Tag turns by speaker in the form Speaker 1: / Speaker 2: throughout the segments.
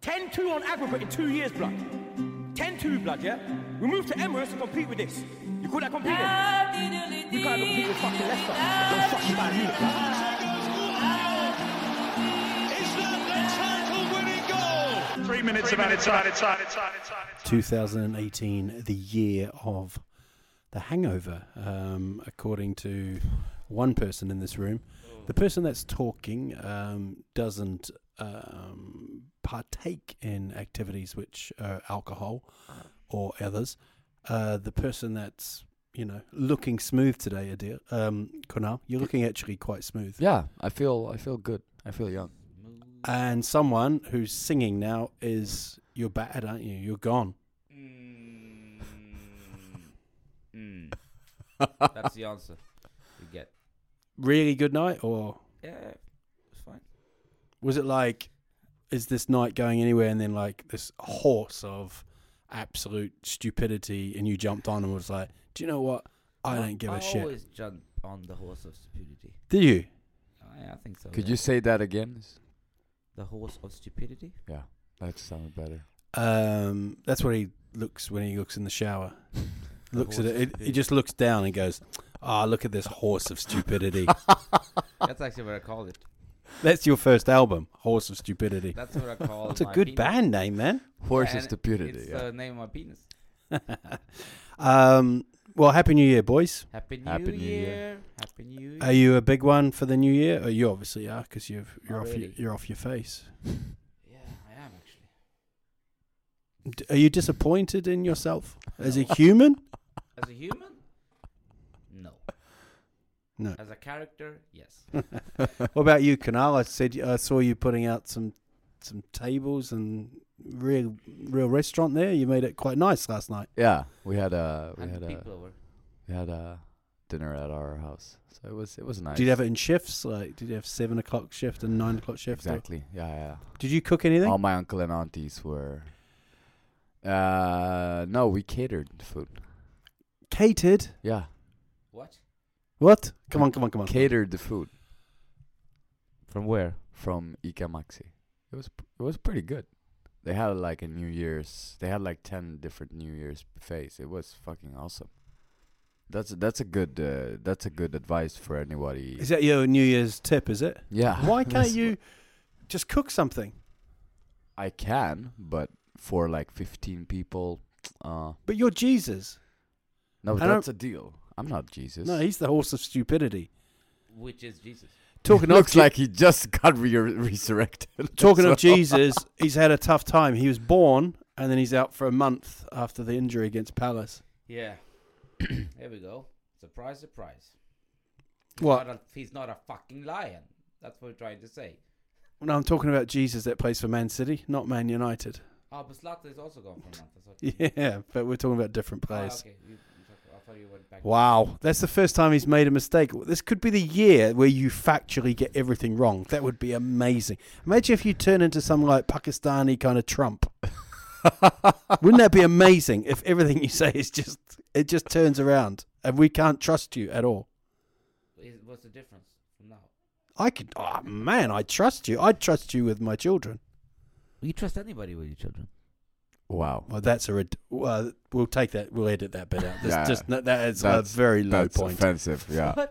Speaker 1: 10 2 on aggregate in two years, blood. 10 2, blood, yeah? We move to Emirates to compete with this. You call that competing? You can't compete with fucking Leicester. Don't fucking Bayern Munich, blood.
Speaker 2: Three minutes of added time. Added time. Added time.
Speaker 3: 2018, the year of the hangover, um, according to one person in this room. The person that's talking um, doesn't um, partake in activities which are alcohol or others. Uh, the person that's you know looking smooth today, Adil, um, Kunal, you're looking actually quite smooth.
Speaker 4: Yeah, I feel I feel good. I feel young.
Speaker 3: And someone who's singing now is you're battered, aren't you? You're gone.
Speaker 5: Mm. That's the answer you get.
Speaker 3: Really good night, or
Speaker 5: Yeah, it's fine.
Speaker 3: was it like is this night going anywhere and then like this horse of absolute stupidity and you jumped on and was like do you know what i don't give a
Speaker 5: I
Speaker 3: shit
Speaker 5: always jump on the horse of stupidity.
Speaker 3: do you
Speaker 5: I, I think so.
Speaker 4: Could
Speaker 5: yeah.
Speaker 4: you say that again?
Speaker 5: the horse of stupidity?
Speaker 4: Yeah, that sounded better.
Speaker 3: um that's what he looks when he looks in the shower looks at
Speaker 5: horse of
Speaker 3: it, it he just looks down and goes ah look at this horse of stupidity
Speaker 5: That's actually what I called it.
Speaker 3: that's your first album horse of stupidity
Speaker 5: That's what I called.
Speaker 3: that's a
Speaker 5: my
Speaker 3: good
Speaker 5: penis.
Speaker 3: band name man
Speaker 4: Horse
Speaker 5: And
Speaker 4: is stupidity.
Speaker 5: It's uh,
Speaker 4: Yeah.
Speaker 5: the name of my penis.
Speaker 3: um well happy new year boys
Speaker 5: Happy New,
Speaker 4: Happy New
Speaker 5: Year.
Speaker 4: Year.
Speaker 5: Happy New Year.
Speaker 3: Are you a big one for the new year? Oh, you obviously are because you're you're
Speaker 5: Not
Speaker 3: off your,
Speaker 5: really.
Speaker 3: you're off your face.
Speaker 5: yeah, I am actually.
Speaker 3: D- Are you disappointed in yourself as a human?
Speaker 5: As a human? No.
Speaker 3: No.
Speaker 5: As a character? Yes.
Speaker 3: What about you, Canal? I said I saw you putting out some some tables and real real restaurant there. You made it quite nice last night.
Speaker 4: yeah, we had a we had
Speaker 5: Hundred
Speaker 4: a
Speaker 5: people over.
Speaker 4: we had a dinner at our house, so it was it was nice.
Speaker 3: Did you have it in shifts? Like, did you have seven o'clock shift and nine o'clock shift? or-
Speaker 4: exactly? Yeah, yeah.
Speaker 3: Did you cook anything?
Speaker 4: All my uncle and aunties were. Uh, no, we catered the food.
Speaker 3: Catered.
Speaker 4: Yeah,
Speaker 5: What?
Speaker 3: What? Come on, come on, come on.
Speaker 4: catered the food
Speaker 5: From where?
Speaker 4: from Ikamaxi. It was p- it was pretty good. They had like a New Year's. They had like ten different New Year's buffets. It was fucking awesome. That's that's a good uh, that's a good advice for anybody.
Speaker 3: Is that your New Year's tip? Is it?
Speaker 4: yeah.
Speaker 3: Why can't
Speaker 4: That's-
Speaker 3: you just cook something?
Speaker 4: I can, but for like fifteen people, uh,
Speaker 3: But you're Jesus.
Speaker 4: no,
Speaker 3: I don't-
Speaker 4: that's a deal. I'm not Jesus.
Speaker 3: No, he's the horse of stupidity.
Speaker 5: Which is Jesus.
Speaker 3: Talking
Speaker 4: looks
Speaker 3: of Je-
Speaker 4: like he just got re- resurrected.
Speaker 3: talking
Speaker 4: So-
Speaker 3: of Jesus, he's had a tough time. He was born and then he's out for a month after the injury against Palace.
Speaker 5: Yeah. there we go. Surprise, surprise.
Speaker 3: What?
Speaker 5: Not a, he's not a fucking lion. That's what we're trying to say.
Speaker 3: No, I'm talking about Jesus that plays for Man City, not Man United.
Speaker 5: Oh, but Zlatan is also gone for a month. That's what-
Speaker 3: Yeah, but we're talking about different
Speaker 5: Ah,
Speaker 3: players.
Speaker 5: okay. You, you talk- I thought you went back.
Speaker 3: Wow, that's the first time he's made a mistake. This could be the year where you factually get everything wrong. That would be amazing. Imagine if you turn into some like Pakistani kind of Trump. Wouldn't that be amazing if everything you say is just it just turns around and we can't trust you at all?
Speaker 5: Is- what's the difference from now?
Speaker 3: I could, oh man, I trust you. I trust you with my children.
Speaker 5: You trust anybody with your children?
Speaker 4: Wow.
Speaker 3: Well, that's a rid- well, we'll take that. We'll edit that bit out. That's
Speaker 4: Yeah.
Speaker 3: just that that is
Speaker 4: That's-
Speaker 3: a very low
Speaker 4: that's
Speaker 3: point.
Speaker 4: offensive. Yeah.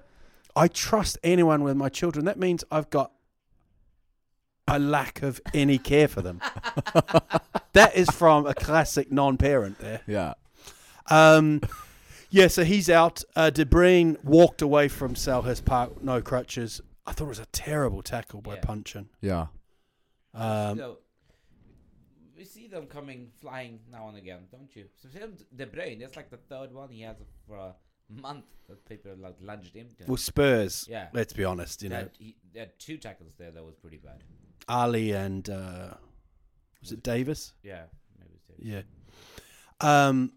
Speaker 3: I trust anyone with my children. That means I've got a lack of any care for them. that is from a classic non-parent there.
Speaker 4: Yeah.
Speaker 3: Um, yeah, so he's out. Uh, De Bruyne walked away from Selhurst Park, no crutches. I thought it was a terrible tackle by
Speaker 5: Yeah.
Speaker 3: Punchin.
Speaker 4: Yeah.
Speaker 3: Um,
Speaker 5: so, we see them coming flying now and again, don't you? So him, De Bruyne, that's like the third one he has for a month that people like lunged him. To.
Speaker 3: well, Spurs.
Speaker 5: Yeah.
Speaker 3: Let's be honest. You know,
Speaker 5: That- he, there are two tackles there that was pretty bad.
Speaker 3: Ali and uh, was it Davis?
Speaker 5: Yeah, maybe it's Davis.
Speaker 3: Yeah. Um,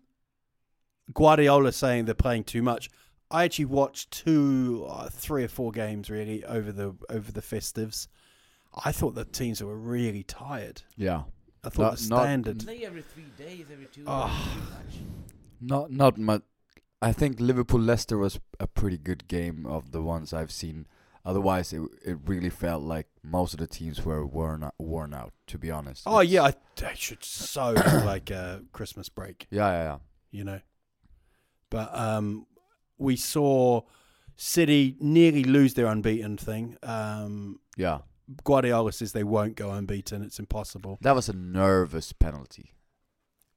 Speaker 3: Guardiola saying they're playing too much. I actually watched two, uh, three or four games really over the over the festives. I thought the teams were really tired.
Speaker 4: Yeah.
Speaker 3: I thought
Speaker 4: Not-
Speaker 3: the
Speaker 4: not-
Speaker 3: standard.
Speaker 5: Play every three days, every two.
Speaker 3: Ah.
Speaker 4: Not not much. I think Liverpool Leicester was a pretty good game of the ones I've seen. Otherwise, it it really felt like most of the teams were worn out, worn out. To be honest.
Speaker 3: oh
Speaker 4: It's-
Speaker 3: yeah, I, I should so like a Christmas break,
Speaker 4: Yeah, yeah, yeah.
Speaker 3: you know. But um, we saw City nearly lose their unbeaten thing. Um,
Speaker 4: Yeah.
Speaker 3: Guardiola says they won't go unbeaten; it's impossible.
Speaker 4: That was a nervous penalty.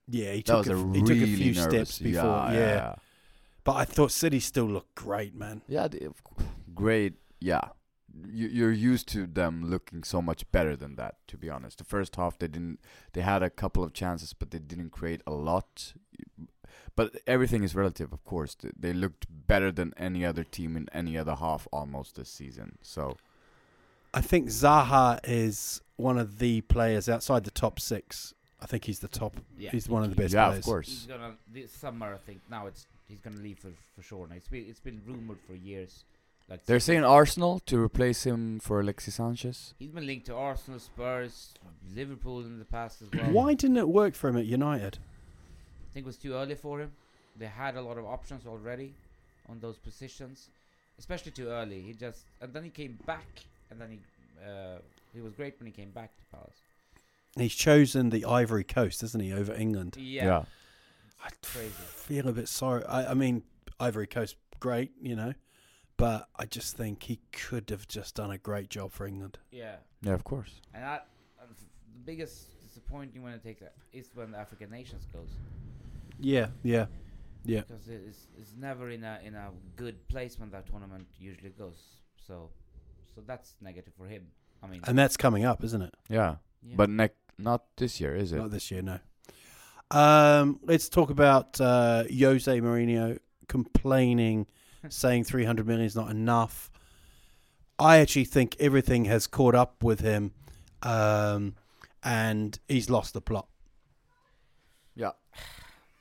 Speaker 3: Yeah, he
Speaker 4: That
Speaker 3: took,
Speaker 4: was
Speaker 3: a,
Speaker 4: a,
Speaker 3: f-
Speaker 4: really
Speaker 3: he took a few
Speaker 4: nervous.
Speaker 3: steps before.
Speaker 4: Yeah, yeah. yeah.
Speaker 3: But I thought City still looked great, man.
Speaker 4: Yeah, they, of cou- great. Yeah, you, you're used to them looking so much better than that. To be honest, the first half they didn't. They had a couple of chances, but they didn't create a lot. But everything is relative, of course. Th- They looked better than any other team in any other half almost this season. So
Speaker 3: I think Zaha is one of the players outside the top six. I think he's the top.
Speaker 5: Yeah.
Speaker 3: he's one of the best
Speaker 4: yeah,
Speaker 3: players.
Speaker 4: of
Speaker 5: He's
Speaker 4: course.
Speaker 5: gonna this summer. I think now it's he's gonna leave for for sure. Now it's been it's been rumored for years. Like
Speaker 4: They're saying Arsenal to replace him for Alexis Sanchez.
Speaker 5: he's been linked to Arsenal, Spurs, Liverpool in the past as well.
Speaker 3: Why didn't it work for him at United?
Speaker 5: I think it was too early for him. They had a lot of options already on those positions, especially too early. He just and then he came back, and then he uh, he was great when he came back to Palace.
Speaker 3: He's chosen the Ivory Coast, isn't he, over England?
Speaker 5: Yeah,
Speaker 3: I
Speaker 5: crazy.
Speaker 3: feel a bit sorry. I, I mean, Ivory Coast, great, you know, but I just think he could have just done a great job for England.
Speaker 5: yeah.
Speaker 4: yeah, of course.
Speaker 5: And I, and f- the biggest disappointing when it takes a- is when the African nations goes
Speaker 3: Yeah, yeah, yeah.
Speaker 5: because it is it's never in a in a good place when that tournament usually goes. So, so that's negative for him. I mean,
Speaker 3: And that's coming up, isn't it?
Speaker 4: Yeah,
Speaker 5: Yeah.
Speaker 4: but nec- not this year, is it?
Speaker 3: Not this year, no. Um, let's talk about uh, Jose Mourinho complaining, saying 300 million is not enough. I actually think everything has caught up with him, um, and he's lost the plot.
Speaker 4: yeah,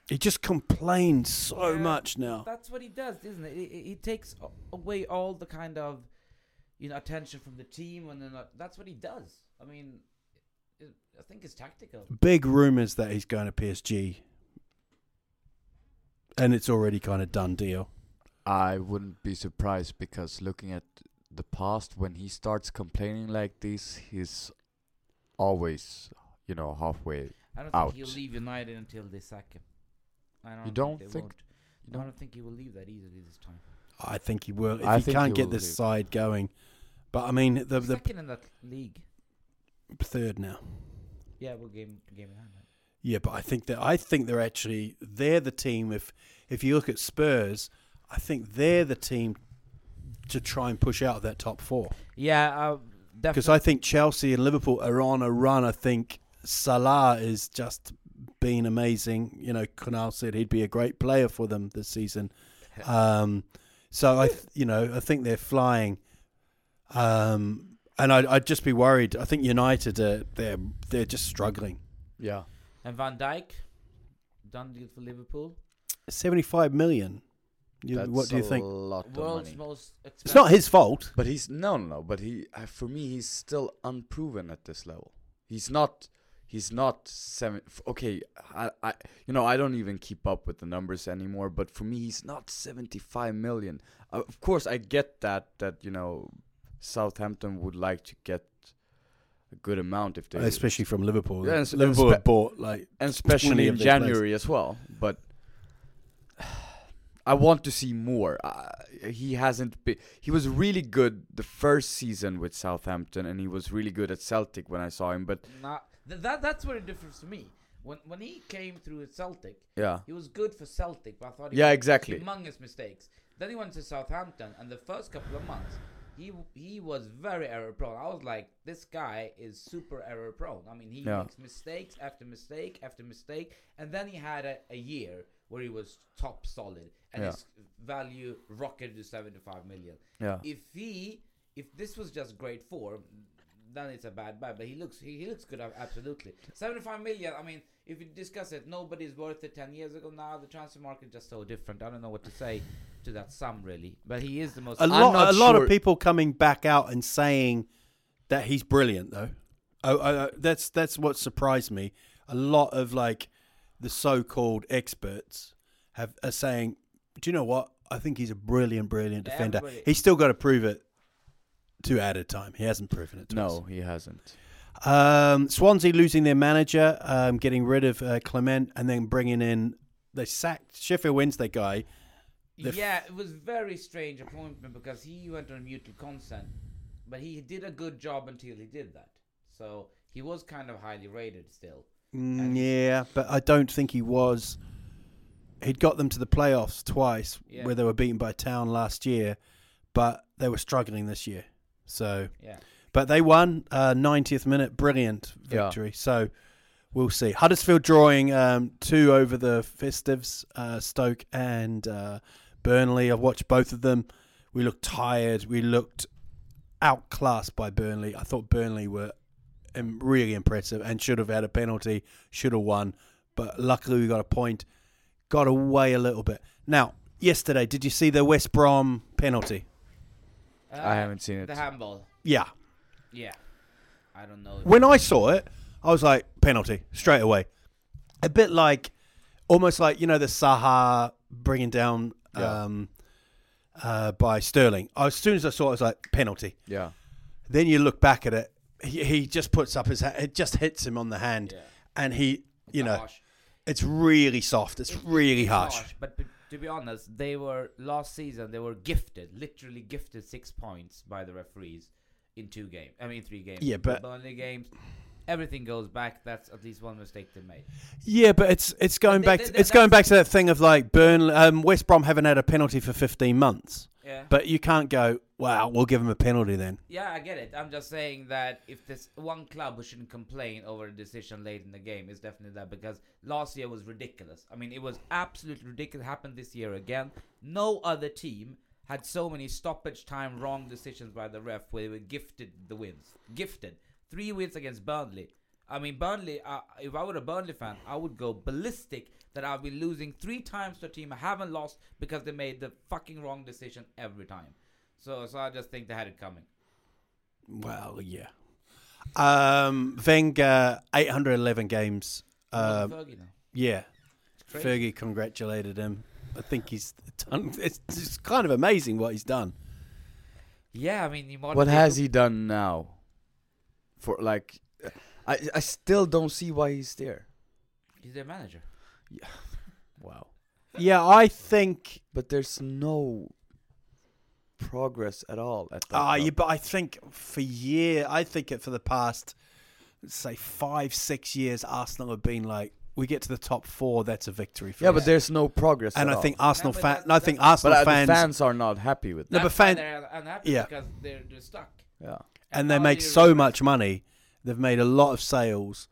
Speaker 3: He just complains so
Speaker 5: Yeah,
Speaker 3: much
Speaker 4: Oh.
Speaker 3: now.
Speaker 5: That's what he does, isn't it? He, he- he takes a- away all the kind of you know attention from the team, and then uh, that's what he does. I mean, it, I think it's tactical.
Speaker 3: Big rumors that he's going to PSG, and it's already kind of done deal.
Speaker 4: I wouldn't be surprised because looking at the past, when he starts complaining like this, he's always, you know, halfway.
Speaker 5: I don't
Speaker 4: Out.
Speaker 5: think he'll leave United until they sack him. I don't.
Speaker 4: don't
Speaker 5: think? They
Speaker 4: think-
Speaker 5: won't.
Speaker 4: you
Speaker 5: I
Speaker 4: don't-
Speaker 5: don't think he will leave that easily this time.
Speaker 3: I think he will if
Speaker 4: I
Speaker 3: he
Speaker 4: think
Speaker 3: can't
Speaker 4: he
Speaker 3: get
Speaker 4: will
Speaker 3: this
Speaker 4: leave.
Speaker 3: side going. But I mean, the, the
Speaker 5: Second in that league.
Speaker 3: third now.
Speaker 5: Yeah, we're game game behind. right?
Speaker 3: Yeah, but I think that I think they're actually they're the team. If if you look at Spurs, I think they're the team to try and push out of that top four
Speaker 5: Yeah, uh,
Speaker 3: because
Speaker 5: definitely.
Speaker 3: I think Chelsea and Liverpool are on a run. I think Salah is just being amazing. You know, Kunal said he'd be a great player for them this season. Um, so I, th- you know, I think they're flying. Um, and I'd, I'd just be worried. I think United are they're they're just struggling.
Speaker 4: Yeah.
Speaker 5: and Van Dijk done deal for Liverpool.
Speaker 3: 75 million. You, what do you think?
Speaker 5: World's most expensive.
Speaker 3: It's not his fault.
Speaker 4: But he's no, no, no. But he, uh, for me, he's still unproven at this level. He's not. He's not seven. f- Okay, I, I, you know, I don't even keep up with the numbers anymore. But for me, he's not seventy-five million. Uh, of course, I get that. That you know, Southampton would like to get a good amount if they,
Speaker 3: Especially from Liverpool.
Speaker 4: Yeah, and s- and
Speaker 3: Liverpool
Speaker 4: spe-
Speaker 3: have bought like 20
Speaker 4: and especially
Speaker 3: of
Speaker 4: in
Speaker 3: their players.
Speaker 4: January as well. But I want to see more. Uh, he hasn't been. He was really good the first season with Southampton, and he was really good at Celtic when I saw him. But
Speaker 5: Nah, th- that that's where it differs to me. When when he came through at Celtic,
Speaker 4: Yeah.
Speaker 5: he was good for Celtic, but I thought he
Speaker 4: Yeah,
Speaker 5: made
Speaker 4: exactly.
Speaker 5: humongous mistakes. Then he went to Southampton, and the first couple of months, he w- he was very error prone. I was like, this guy is super error prone. I mean, he
Speaker 4: Yeah.
Speaker 5: makes mistakes after mistake after mistake, and then he had a, a year where he was top solid, and
Speaker 4: Yeah.
Speaker 5: his value rocketed to seventy five million.
Speaker 4: Yeah.
Speaker 5: If he if this was just grade four, then it's a bad buy. But he looks he, he looks good ab- absolutely. Seventy five million, I mean, if you discuss it, nobody's worth it ten years ago now. The transfer market is just so different. I don't know what to say to that sum really. But he is the most
Speaker 3: A lot, a
Speaker 4: not
Speaker 3: lot
Speaker 4: sure-
Speaker 3: of people coming back out and saying that he's brilliant, though. Oh, oh, oh, that's that's what surprised me. A lot of like the so-called experts have are saying, "Do you know what? I think he's a brilliant, brilliant defender.
Speaker 5: Everybody-
Speaker 3: He's still got to prove it to at a time. He hasn't proven it. To us.
Speaker 4: no, he hasn't.
Speaker 3: Um, Swansea losing their manager, um, getting rid of uh, Clement, and then bringing in they sacked Sheffield Wednesday guy. The f-
Speaker 5: Yeah, it was very strange appointment because he went on mutual consent, but he did a good job until he did that. So he was kind of highly rated still.
Speaker 3: Mm, yeah, but I don't think he was. He'd got them to the playoffs twice,
Speaker 5: Yeah.
Speaker 3: where they were beaten by Town last year, but they were struggling this year. So,
Speaker 5: Yeah.
Speaker 3: but they won uh, ninetieth minute, brilliant
Speaker 4: Yeah.
Speaker 3: victory. So we'll see. Huddersfield drawing um, two over the Festives, uh, Stoke and uh, Burnley. I've watched both of them. We looked tired. We looked outclassed by Burnley. I thought Burnley were um, really impressive and should have had a penalty, should have won, but luckily we got a point. Got away a little bit. Now, yesterday, did you see the West Brom penalty?
Speaker 5: Uh,
Speaker 4: I haven't seen it.
Speaker 5: The handball.
Speaker 3: Yeah.
Speaker 5: Yeah. I don't know. if-
Speaker 3: when I saw it, I was like, penalty straight away. A bit like, almost like you know the Saha bringing down
Speaker 4: Yeah.
Speaker 3: um, uh, by Sterling. As soon as I saw it, I was like, penalty.
Speaker 4: Yeah,
Speaker 3: Then you look back at it, he, he just puts up his hand, it just hits him on the hand, and he, you know,
Speaker 5: harsh.
Speaker 3: it's really soft. It's really harsh.
Speaker 5: But, but to be honest, they were last season. They were gifted, literally gifted six points by the referees in two games. I mean, three games.
Speaker 3: Yeah,
Speaker 5: The
Speaker 3: but-
Speaker 5: Burnley games, everything goes back. That's at least one mistake they made.
Speaker 3: Yeah, but it's it's going
Speaker 5: they-
Speaker 3: back.
Speaker 5: they-
Speaker 3: to, it's going back
Speaker 5: that's-
Speaker 3: to that thing of like Burnley, um, West Brom haven't had a penalty for fifteen months.
Speaker 5: Yeah.
Speaker 3: But you can't go. Wow, we'll give them a penalty then.
Speaker 5: Yeah, I get it. I'm just saying that if there's one club who shouldn't complain over a decision late in the game, it's definitely that because last year was ridiculous. I mean, it was absolutely ridiculous. Happened this year again. No other team had so many stoppage time wrong decisions by the ref where they were gifted the wins. Gifted. Three wins against Burnley. I mean, Burnley, uh, if I were a Burnley fan, I would go ballistic that I've been losing three times to a team I haven't lost because they made the fucking wrong decision every time. So, so I just think they had it coming.
Speaker 3: Well, yeah. Um, Wenger, eight hundred eleven games. Um,
Speaker 4: Uh,
Speaker 5: Fergie now.
Speaker 3: yeah,
Speaker 5: crazy.
Speaker 3: Fergie congratulated him. I think he's done. It's, it's kind of amazing what he's done.
Speaker 5: Yeah, I mean, you might
Speaker 4: what
Speaker 5: be-
Speaker 4: has he done now? For like, I I still don't see why he's there.
Speaker 5: He's their manager.
Speaker 4: Wow.
Speaker 3: Yeah, I think.
Speaker 4: But there's no progress at all at that.
Speaker 3: Ah, yeah,
Speaker 4: club.
Speaker 3: but I think for year, I think it for the past say five, six years, Arsenal have been like, we get to the top four, that's a victory for
Speaker 4: yeah,
Speaker 3: us.
Speaker 4: but there's no progress.
Speaker 3: and
Speaker 4: at
Speaker 3: I
Speaker 4: all.
Speaker 3: think Arsenal
Speaker 5: but
Speaker 3: fan,
Speaker 5: that's-
Speaker 3: no, I think
Speaker 5: that's-
Speaker 4: but
Speaker 3: Arsenal
Speaker 4: uh, the
Speaker 3: fans,
Speaker 4: fans are not happy with
Speaker 3: No,
Speaker 4: that.
Speaker 3: but
Speaker 5: That's why
Speaker 3: fan-
Speaker 5: they're unhappy
Speaker 3: Yeah.
Speaker 5: because they're, they're stuck.
Speaker 4: Oh, Yeah.
Speaker 3: and they
Speaker 5: now
Speaker 3: make
Speaker 5: you
Speaker 3: so
Speaker 5: regret-
Speaker 3: much money, they've made a lot of sales,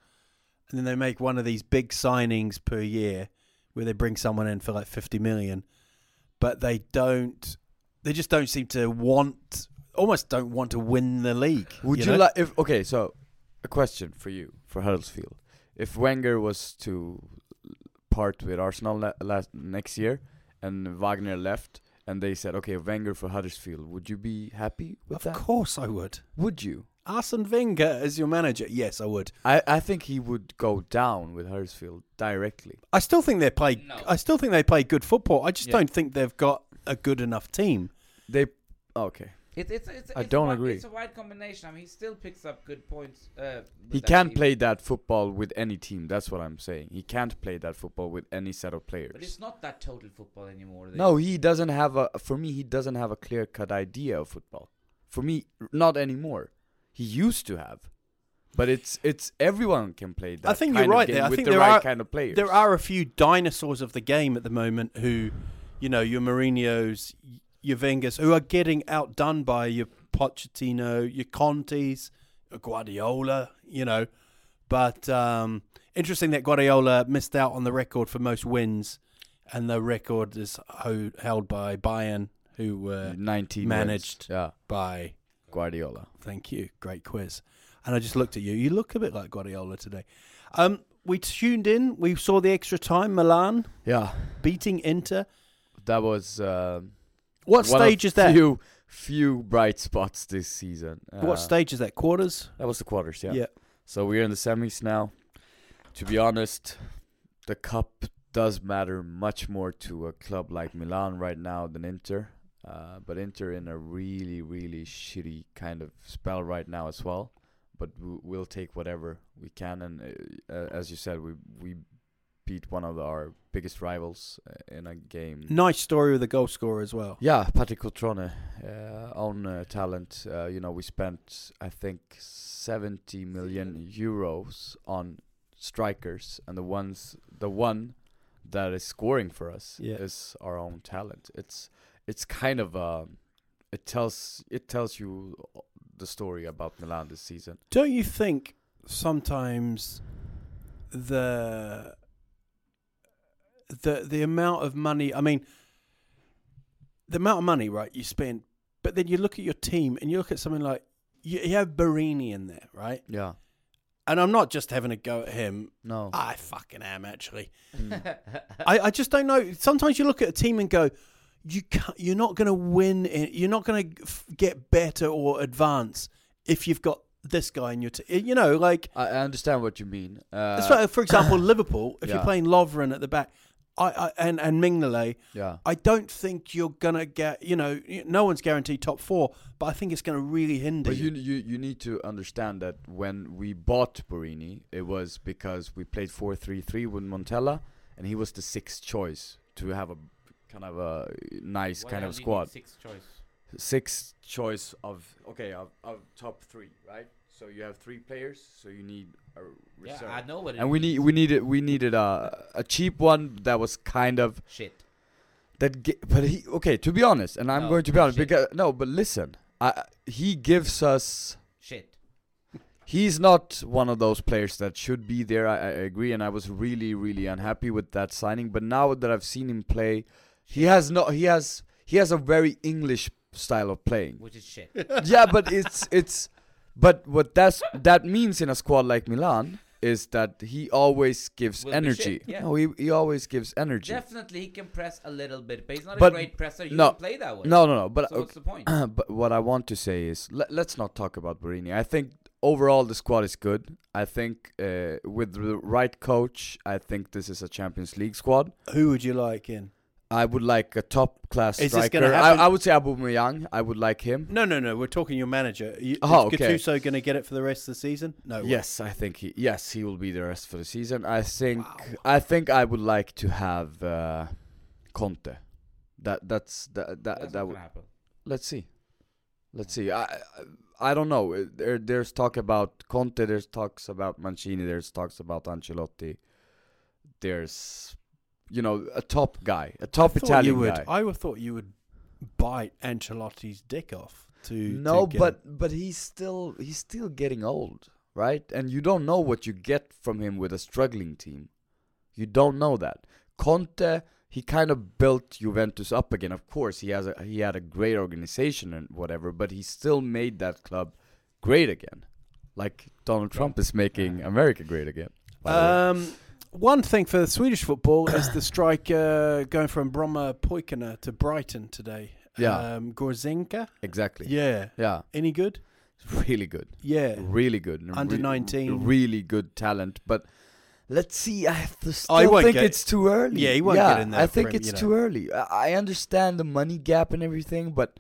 Speaker 3: and then they make one of these big signings per year where they bring someone in for like fifty million, but they don't, they just don't seem to want, almost don't want to win the league.
Speaker 4: Would you,
Speaker 3: know?
Speaker 4: like if okay? So, a question for you for Huddersfield: If Wenger was to part with Arsenal la- last next year, and Wagner left, and they said, "Okay, Wenger for Huddersfield," would you be happy with
Speaker 3: Of
Speaker 4: that?
Speaker 3: course, I would.
Speaker 4: Would you?
Speaker 3: Arsene Wenger as your manager? Yes, I would.
Speaker 4: I I think he would go down with Huddersfield directly.
Speaker 3: I still think they play.
Speaker 5: No.
Speaker 3: I still think they play good football. I just
Speaker 4: Yeah.
Speaker 3: don't think they've got a good enough team.
Speaker 4: They okay.
Speaker 5: It, it's, it's,
Speaker 4: I
Speaker 5: it's
Speaker 4: don't
Speaker 5: wi-
Speaker 4: agree.
Speaker 5: It's a wide combination. I mean, he still picks up good points. Uh, with
Speaker 4: He
Speaker 5: that
Speaker 4: can't
Speaker 5: team.
Speaker 4: play that football with any team. That's what I'm saying. He can't play that football with any set of players.
Speaker 5: But it's not that total football anymore. that
Speaker 4: No,
Speaker 5: you-
Speaker 4: he doesn't have a. For me, he doesn't have a clear cut idea of football. For me, r- not anymore. He used to have, but it's it's everyone can play that.
Speaker 3: I think
Speaker 4: kind
Speaker 3: you're
Speaker 4: of
Speaker 3: right
Speaker 4: game
Speaker 3: there. I
Speaker 4: with
Speaker 3: think
Speaker 4: the
Speaker 3: there
Speaker 4: right
Speaker 3: are
Speaker 4: kind of players.
Speaker 3: There are a few dinosaurs of the game at the moment who, you know, your Mourinho's, y- your Wenger's, who are getting outdone by your Pochettino, your Contes, your Guardiola. You know, but um, interesting that Guardiola missed out on the record for most wins, and the record is ho- held by Bayern, who
Speaker 4: Mm.
Speaker 3: were
Speaker 4: Uh, nineteen wins.
Speaker 3: managed
Speaker 4: Yeah,
Speaker 3: by
Speaker 4: Guardiola.
Speaker 3: Thank you. Great quiz. And I just looked at you. You look a bit like Guardiola today. Um, we tuned in. We saw the extra time. Milan
Speaker 4: Yeah,
Speaker 3: beating Inter.
Speaker 4: that was. um
Speaker 3: What
Speaker 4: one of
Speaker 3: stage is that?
Speaker 4: Few few bright spots this season. Uh,
Speaker 3: what stage is that? Quarters.
Speaker 4: That was the quarters. Yeah.
Speaker 3: Yeah.
Speaker 4: So we're in the semis now. To be honest, the cup does matter much more to a club like Milan right now than Inter. Uh, but Inter in a really, really shitty kind of spell right now as well. But we- we'll take whatever we can. And uh, uh, as you said, we we beat one of our biggest rivals uh, in a game.
Speaker 3: Nice story with the goal scorer as well.
Speaker 4: Yeah, Patrick Cotrone, uh, own uh, talent. Uh, you know, we spent I think 70 million euros on strikers, and the ones, the one that is scoring for us
Speaker 3: Yeah.
Speaker 4: is our own talent. It's it's kind of um, it tells it tells you the story about Milan this season.
Speaker 3: Don't you think sometimes the the the amount of money? I mean, the amount of money, right? You spend, but then you look at your team and you look at something like you, you have Barini in there, right?
Speaker 4: Yeah.
Speaker 3: and I'm not just having a go at him.
Speaker 4: No.
Speaker 3: I fucking am actually.
Speaker 4: Mm.
Speaker 3: I, I just don't know. Sometimes you look at a team and go, you can't, you're not going to win. In, you're not going to get better or advance if you've got this guy in your team. You know, like
Speaker 4: I, I understand what you mean. Uh,
Speaker 3: that's why, for example, Liverpool. If you're
Speaker 4: yeah.
Speaker 3: playing Lovren at the back, I, I and and Mignolet,
Speaker 4: Yeah.
Speaker 3: I don't think you're gonna get. You know, y- no one's guaranteed top four, but I think it's going to really hinder
Speaker 4: But
Speaker 3: you.
Speaker 4: you, you you need to understand that when we bought Barini, it was because we played 4-3-3 with Montella, and he was the sixth choice to have a kind of a nice
Speaker 5: Why
Speaker 4: kind of
Speaker 5: only need
Speaker 4: squad.
Speaker 5: Six choice.
Speaker 4: Sixth choice of okay of, of top three, right? So you have three players, so you need a
Speaker 5: Yeah,
Speaker 4: reserve.
Speaker 5: I know what it
Speaker 4: and we need
Speaker 5: means.
Speaker 4: we needed we needed a a cheap one that was kind of
Speaker 5: Shit.
Speaker 4: that gi- but he okay to be honest, and I'm
Speaker 5: No,
Speaker 4: going to be honest
Speaker 5: shit.
Speaker 4: because no, but listen, I he gives us
Speaker 5: Shit.
Speaker 4: he's not one of those players that should be there. I, I agree, and I was really, really unhappy with that signing. But now that I've seen him play, he has not. He has he has a very English style of playing.
Speaker 5: Which is shit.
Speaker 4: yeah, but it's it's. But what that's that means in a squad like Milan is that he always gives
Speaker 5: Will be
Speaker 4: energy.
Speaker 5: shit, yeah.
Speaker 4: No, he he always gives energy.
Speaker 5: Definitely he can press a little bit, but he's not
Speaker 4: But
Speaker 5: a great presser. You
Speaker 4: no,
Speaker 5: can play that way.
Speaker 4: No, no, no. But
Speaker 5: So what's the point?
Speaker 4: but what I want to say is let, let's not talk about Barini. I think overall the squad is good. I think uh, with the right coach, I think this is a Champions League squad.
Speaker 3: Who would you like in?
Speaker 4: I would like a top class
Speaker 3: Is this gonna
Speaker 4: striker. I,
Speaker 3: happen?
Speaker 4: I would say Abu Mayang. I would like him.
Speaker 3: No, no, no. We're talking your manager. You,
Speaker 4: Oh,
Speaker 3: is
Speaker 4: okay.
Speaker 3: Gattuso going to get it for the rest of the season? No. it
Speaker 4: Yes, I think he. Yes, he will be the rest for the season. I think. I think I would like to have uh, Conte. That that's that that
Speaker 5: That's
Speaker 4: that
Speaker 5: not
Speaker 4: would.
Speaker 5: gonna happen.
Speaker 4: Let's see. Let's see. I I- I don't know. Uh, There there's talk about Conte. There's talks about Mancini. There's talks about Ancelotti. There's you know a top guy, a top
Speaker 3: I thought
Speaker 4: Italian
Speaker 3: you would.
Speaker 4: guy.
Speaker 3: I would thought you would bite Ancelotti's dick off to
Speaker 4: no,
Speaker 3: to get
Speaker 4: but
Speaker 3: him.
Speaker 4: but he's still he's still getting old, right? And you don't know what you get from him with a struggling team. You don't know that. Conte, he kind of built Juventus up again. Of course, he has a, he had a great organization and whatever, but he still made that club great again, like Donald Trump is making America great again. by the way.
Speaker 3: Um, one thing for the Swedish football is the striker uh, going from Bromma Poikina to Brighton today.
Speaker 4: Yeah.
Speaker 3: um, Gorzinka.
Speaker 4: exactly.
Speaker 3: Yeah,
Speaker 4: yeah,
Speaker 3: any good?
Speaker 4: really good.
Speaker 3: Yeah,
Speaker 4: really good. and
Speaker 3: Under 19.
Speaker 4: Really good talent. But let's see. I have to still
Speaker 3: Oh, he won't
Speaker 4: think
Speaker 3: get-
Speaker 4: it's too early.
Speaker 3: Yeah, he won't get in there
Speaker 4: I
Speaker 3: for
Speaker 4: think
Speaker 3: him,
Speaker 4: it's
Speaker 3: you know.
Speaker 4: too early. I I understand the money gap and everything, but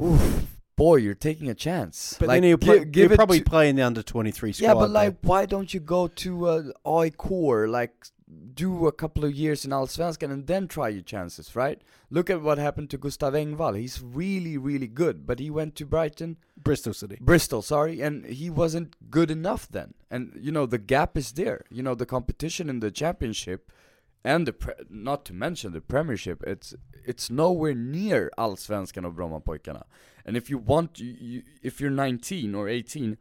Speaker 4: oof, boy, you're taking a chance.
Speaker 3: But
Speaker 4: like,
Speaker 3: then he'll,
Speaker 4: gi-
Speaker 3: play,
Speaker 4: give
Speaker 3: he'll
Speaker 4: it
Speaker 3: probably
Speaker 4: to-
Speaker 3: play in the under 23 squad.
Speaker 4: Yeah, but
Speaker 3: though.
Speaker 4: like, why don't you go to uh, Oi Core? Like, do a couple of years in Allsvenskan and then try your chances, right? Look at what happened to Gustav Engvall. He's really, really good, but he went to Brighton,
Speaker 3: Bristol City.
Speaker 4: Bristol, sorry, and he wasn't good enough then. And you know, the gap is there. You know, the competition in the championship and the pre- not to mention the Premiership, it's it's nowhere near Allsvenskan och Brommapojkarna. And if you want, you, you, if you're 19 or 18,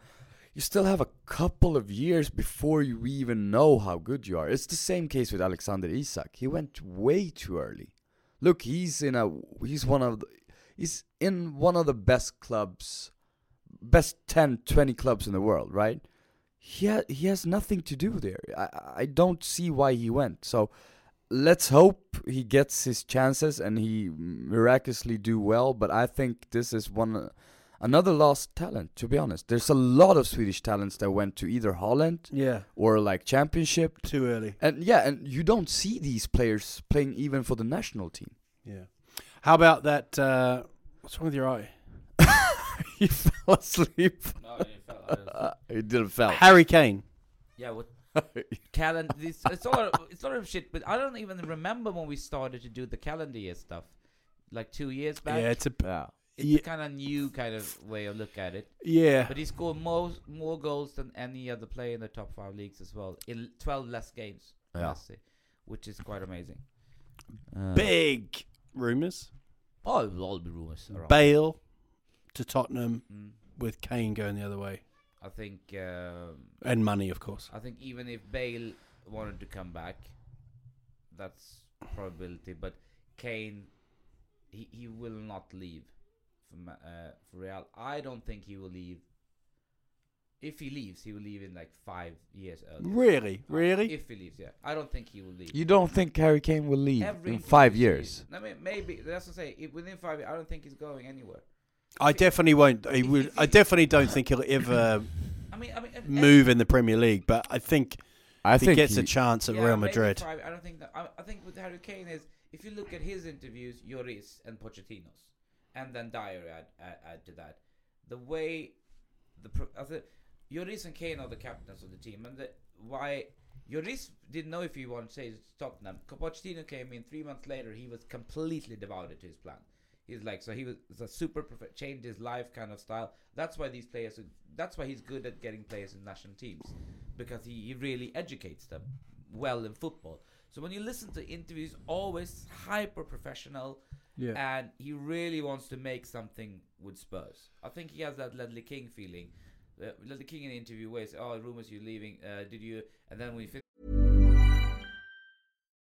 Speaker 4: you still have a couple of years before you even know how good you are. It's the same case with Alexander Isak. He went way too early. Look, he's in a he's one of the, he's in one of the best clubs, best 10, 20 clubs in the world, right? He ha- he has nothing to do there. I I don't see why he went. So let's hope he gets his chances and he miraculously do well. But I think this is one another lost talent. To be honest, there's a lot of Swedish talents that went to either Holland
Speaker 3: Yeah,
Speaker 4: or like Championship,
Speaker 3: too early.
Speaker 4: and yeah, and you don't see these players playing even for the national team.
Speaker 3: Yeah. How about that? Uh, what's wrong with your eye?
Speaker 4: he fell asleep.
Speaker 5: No, you fell out of-
Speaker 4: he didn't fell.
Speaker 3: Harry Kane.
Speaker 5: yeah, what? calendar. This, it's all. It's a lot of shit. But I don't even remember when we started to do the calendar year stuff, like two years back.
Speaker 3: Yeah, it's a
Speaker 4: Yeah.
Speaker 5: it's
Speaker 3: yeah.
Speaker 5: kind of new kind of way of look at it.
Speaker 3: yeah.
Speaker 5: But he scored more more goals than any other player in the top five leagues as well. In twelve less games,
Speaker 4: Yeah.
Speaker 5: Messi, which is quite amazing.
Speaker 3: Big rumors.
Speaker 5: Oh, it will all be rumors. around.
Speaker 3: Bale to Tottenham
Speaker 5: Mm.
Speaker 3: with Kane going the other way
Speaker 5: I think. Um,
Speaker 3: and money, of course.
Speaker 5: I think even if Bale wanted to come back, that's probability. But Kane, he, he will not leave for, Ma- uh, for Real. I don't think he will leave. If he leaves, he will leave in like five years earlier.
Speaker 3: Really,
Speaker 5: Uh,
Speaker 3: really.
Speaker 5: If he leaves, yeah. I don't think he will leave.
Speaker 4: You don't think Harry Kane will leave
Speaker 5: Every
Speaker 4: in five
Speaker 5: interview
Speaker 4: years?
Speaker 5: season- I mean, maybe that's what I say. If within five, years, I don't think he's going anywhere.
Speaker 3: I definitely won't. I, would, I definitely don't think he'll ever
Speaker 5: I mean, I mean, if-
Speaker 3: move in the Premier League. But I think
Speaker 4: I
Speaker 3: if he
Speaker 4: think
Speaker 3: gets a
Speaker 4: he-
Speaker 3: chance at
Speaker 5: Yeah,
Speaker 3: Real
Speaker 5: maybe
Speaker 3: Madrid.
Speaker 5: five. I don't think that. I, I think with Harry Kane is if you look at his interviews, Lloris and Pochettino's, and then Dyer add, add, add to that. The way the pro- I think Lloris and Kane are the captains of the team, and the, why Lloris didn't know if he wanted to stay at Tottenham. Co- Pochettino came in three months later. He was completely devoted to his plan. He's like so he was it's a super prof- changed his life kind of style. That's why these players. are- That's why he's good at getting players in national teams because he, he really educates them well in football. So when you listen to interviews, always hyper professional.
Speaker 3: Yeah.
Speaker 5: And he really wants to make something with Spurs. I think he has that Ledley King feeling. Uh, Ledley King in the interview where he said, "Oh, rumors you're leaving. Uh, did you?" And then when you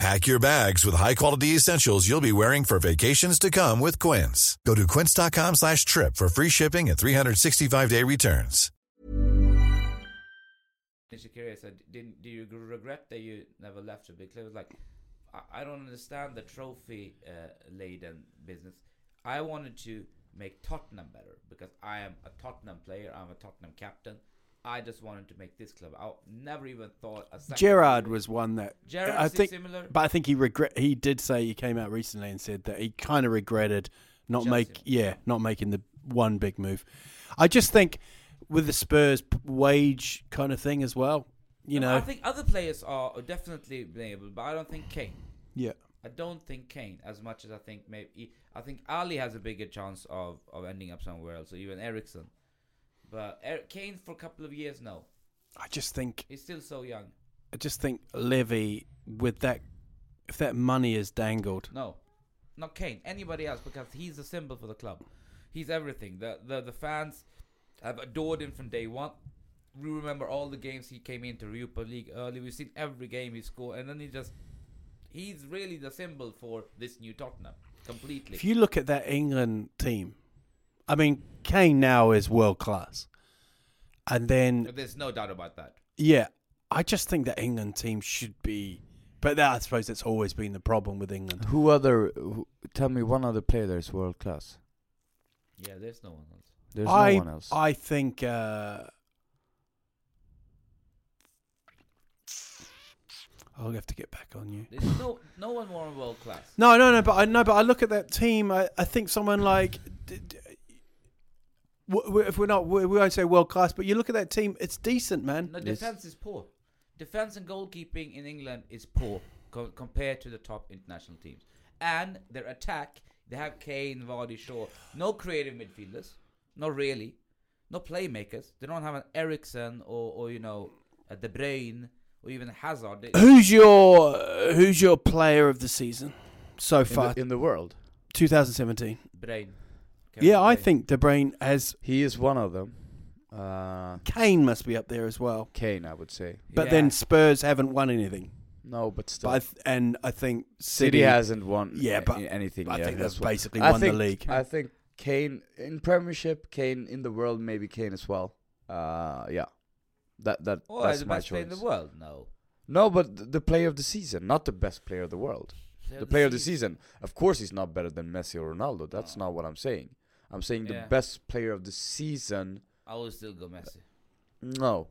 Speaker 6: Pack your bags with high-quality essentials you'll be wearing for vacations to come with Quince. Go to quince.com slash trip for free shipping and 365-day returns.
Speaker 5: Shakira said, uh, "Didn't do you gr- regret that you never left to be clear?" It was like, I, I don't understand the trophy uh, laden business. I wanted to make Tottenham better because I am a Tottenham player. I'm a Tottenham captain. I just wanted to make this club. I never even thought a second.
Speaker 3: Gerard was one that
Speaker 5: Gerrard's
Speaker 3: I think,
Speaker 5: similar.
Speaker 3: but I think he regret. He did say he came out recently and said that he kind of regretted not
Speaker 5: Chelsea.
Speaker 3: make yeah not making the one big move. I just think with the Spurs p- wage kind of thing as well. You know,
Speaker 5: I think other players are definitely being able, but I don't think Kane.
Speaker 3: yeah,
Speaker 5: I don't think Kane as much as I think maybe I think Ali has a bigger chance of, of ending up somewhere else, or even Ericsson. But er- Kane for a couple of years, no,
Speaker 3: I just think
Speaker 5: he's still so young.
Speaker 3: I just think Levy with that if that money is dangled,
Speaker 5: No, not Kane. Anybody else because he's a symbol for the club. He's everything. The the the fans have adored him from day one. We remember all the games he came into Europa League early. We've seen every game he scored, and then he just he's really the symbol for this new Tottenham completely.
Speaker 3: if you look at that England team, I mean Kane now is world class, and then
Speaker 5: There's no doubt about that.
Speaker 3: Yeah, I just think that England team should be, but that I suppose that's always been the problem with England.
Speaker 4: Who other? Who, tell me one other player that is world class.
Speaker 5: Yeah, there's no one else.
Speaker 4: There's
Speaker 3: I
Speaker 4: no one else.
Speaker 3: I think uh, I'll have to get back on you.
Speaker 5: There's no no one more in world class.
Speaker 3: No, no, no. But I no, but I look at that team. I, I think someone like. d- d- w- w- If we're not, we we won't say world class, but you look at that team; it's decent, man.
Speaker 5: No,
Speaker 4: This-
Speaker 5: defense is poor. Defense and goalkeeping in England is poor co- compared to the top international teams. And their attack, they have Kane, Vardy, Shaw. No creative midfielders. Not really. No playmakers. They don't have an Ericsson or, or you know, a De Bruyne or even Hazard. They-
Speaker 3: Who's your Who's your player of the season so
Speaker 4: in,
Speaker 3: far?
Speaker 4: the, in the world,
Speaker 3: 2017.
Speaker 5: Brain. Kevin
Speaker 3: Yeah, I
Speaker 5: Brayne.
Speaker 3: think De Bruyne has
Speaker 4: he is one of them. Uh,
Speaker 3: Kane must be up there as well.
Speaker 4: Kane, I would say.
Speaker 3: But
Speaker 5: Yeah.
Speaker 3: then Spurs haven't won anything.
Speaker 4: No, but still,
Speaker 3: But I th- and I think City,
Speaker 4: City, hasn't won.
Speaker 3: Yeah,
Speaker 4: a-
Speaker 3: but
Speaker 4: anything.
Speaker 3: I
Speaker 4: yet
Speaker 3: think that's
Speaker 4: as well.
Speaker 3: basically
Speaker 4: I
Speaker 3: won the
Speaker 4: think,
Speaker 3: league.
Speaker 4: I think Kane in Premiership, Kane in the world, maybe Kane as well. Uh, yeah, that that
Speaker 5: Oh,
Speaker 4: that's
Speaker 5: the
Speaker 4: my
Speaker 5: best player
Speaker 4: choice.
Speaker 5: in the world? No.
Speaker 4: No, but th- the player of the season, not the best player of the world. the player of the season. Of course, he's not better than Messi or Ronaldo. That's not what I'm saying. I'm saying
Speaker 5: Oh. Yeah.
Speaker 4: the best player of the season.
Speaker 5: I will still go Messi.
Speaker 4: No,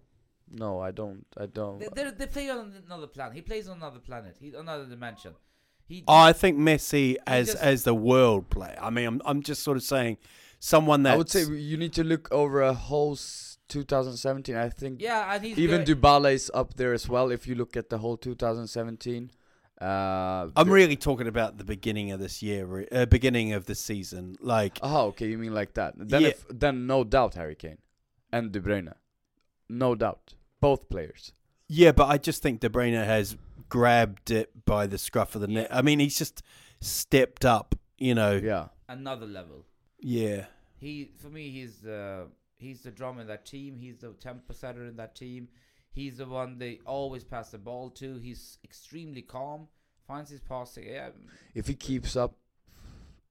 Speaker 4: no, I don't. I don't.
Speaker 5: They, they're- they play on another planet. He plays on another planet. He another dimension. He
Speaker 3: Oh, I think Messi as
Speaker 5: just-
Speaker 3: as the world player. I mean, I'm I'm just sort of saying someone that
Speaker 4: I would say you need to look over a whole s- 2017. I think
Speaker 5: Yeah, and he's
Speaker 4: even
Speaker 5: very-
Speaker 4: Dybala is up there as well. If you look at the whole 2017, uh,
Speaker 3: I'm
Speaker 4: the-
Speaker 3: really talking about the beginning of this year, re- uh, beginning of the season. Like
Speaker 4: Oh, okay, you mean like that? Then,
Speaker 3: Yeah.
Speaker 4: if, then no doubt Harry Kane and De Bruyne, no doubt both players.
Speaker 3: yeah, but I just think De Bruyne has grabbed it by the scruff of the neck. I mean, he's just stepped up. You know,
Speaker 4: Yeah,
Speaker 5: another level.
Speaker 3: yeah.
Speaker 5: He for me he's the he's the drummer in that team. He's the temper setter in that team. He's the one they always pass the ball to. He's extremely calm. Finds his passing. Yeah,
Speaker 4: if he keeps up,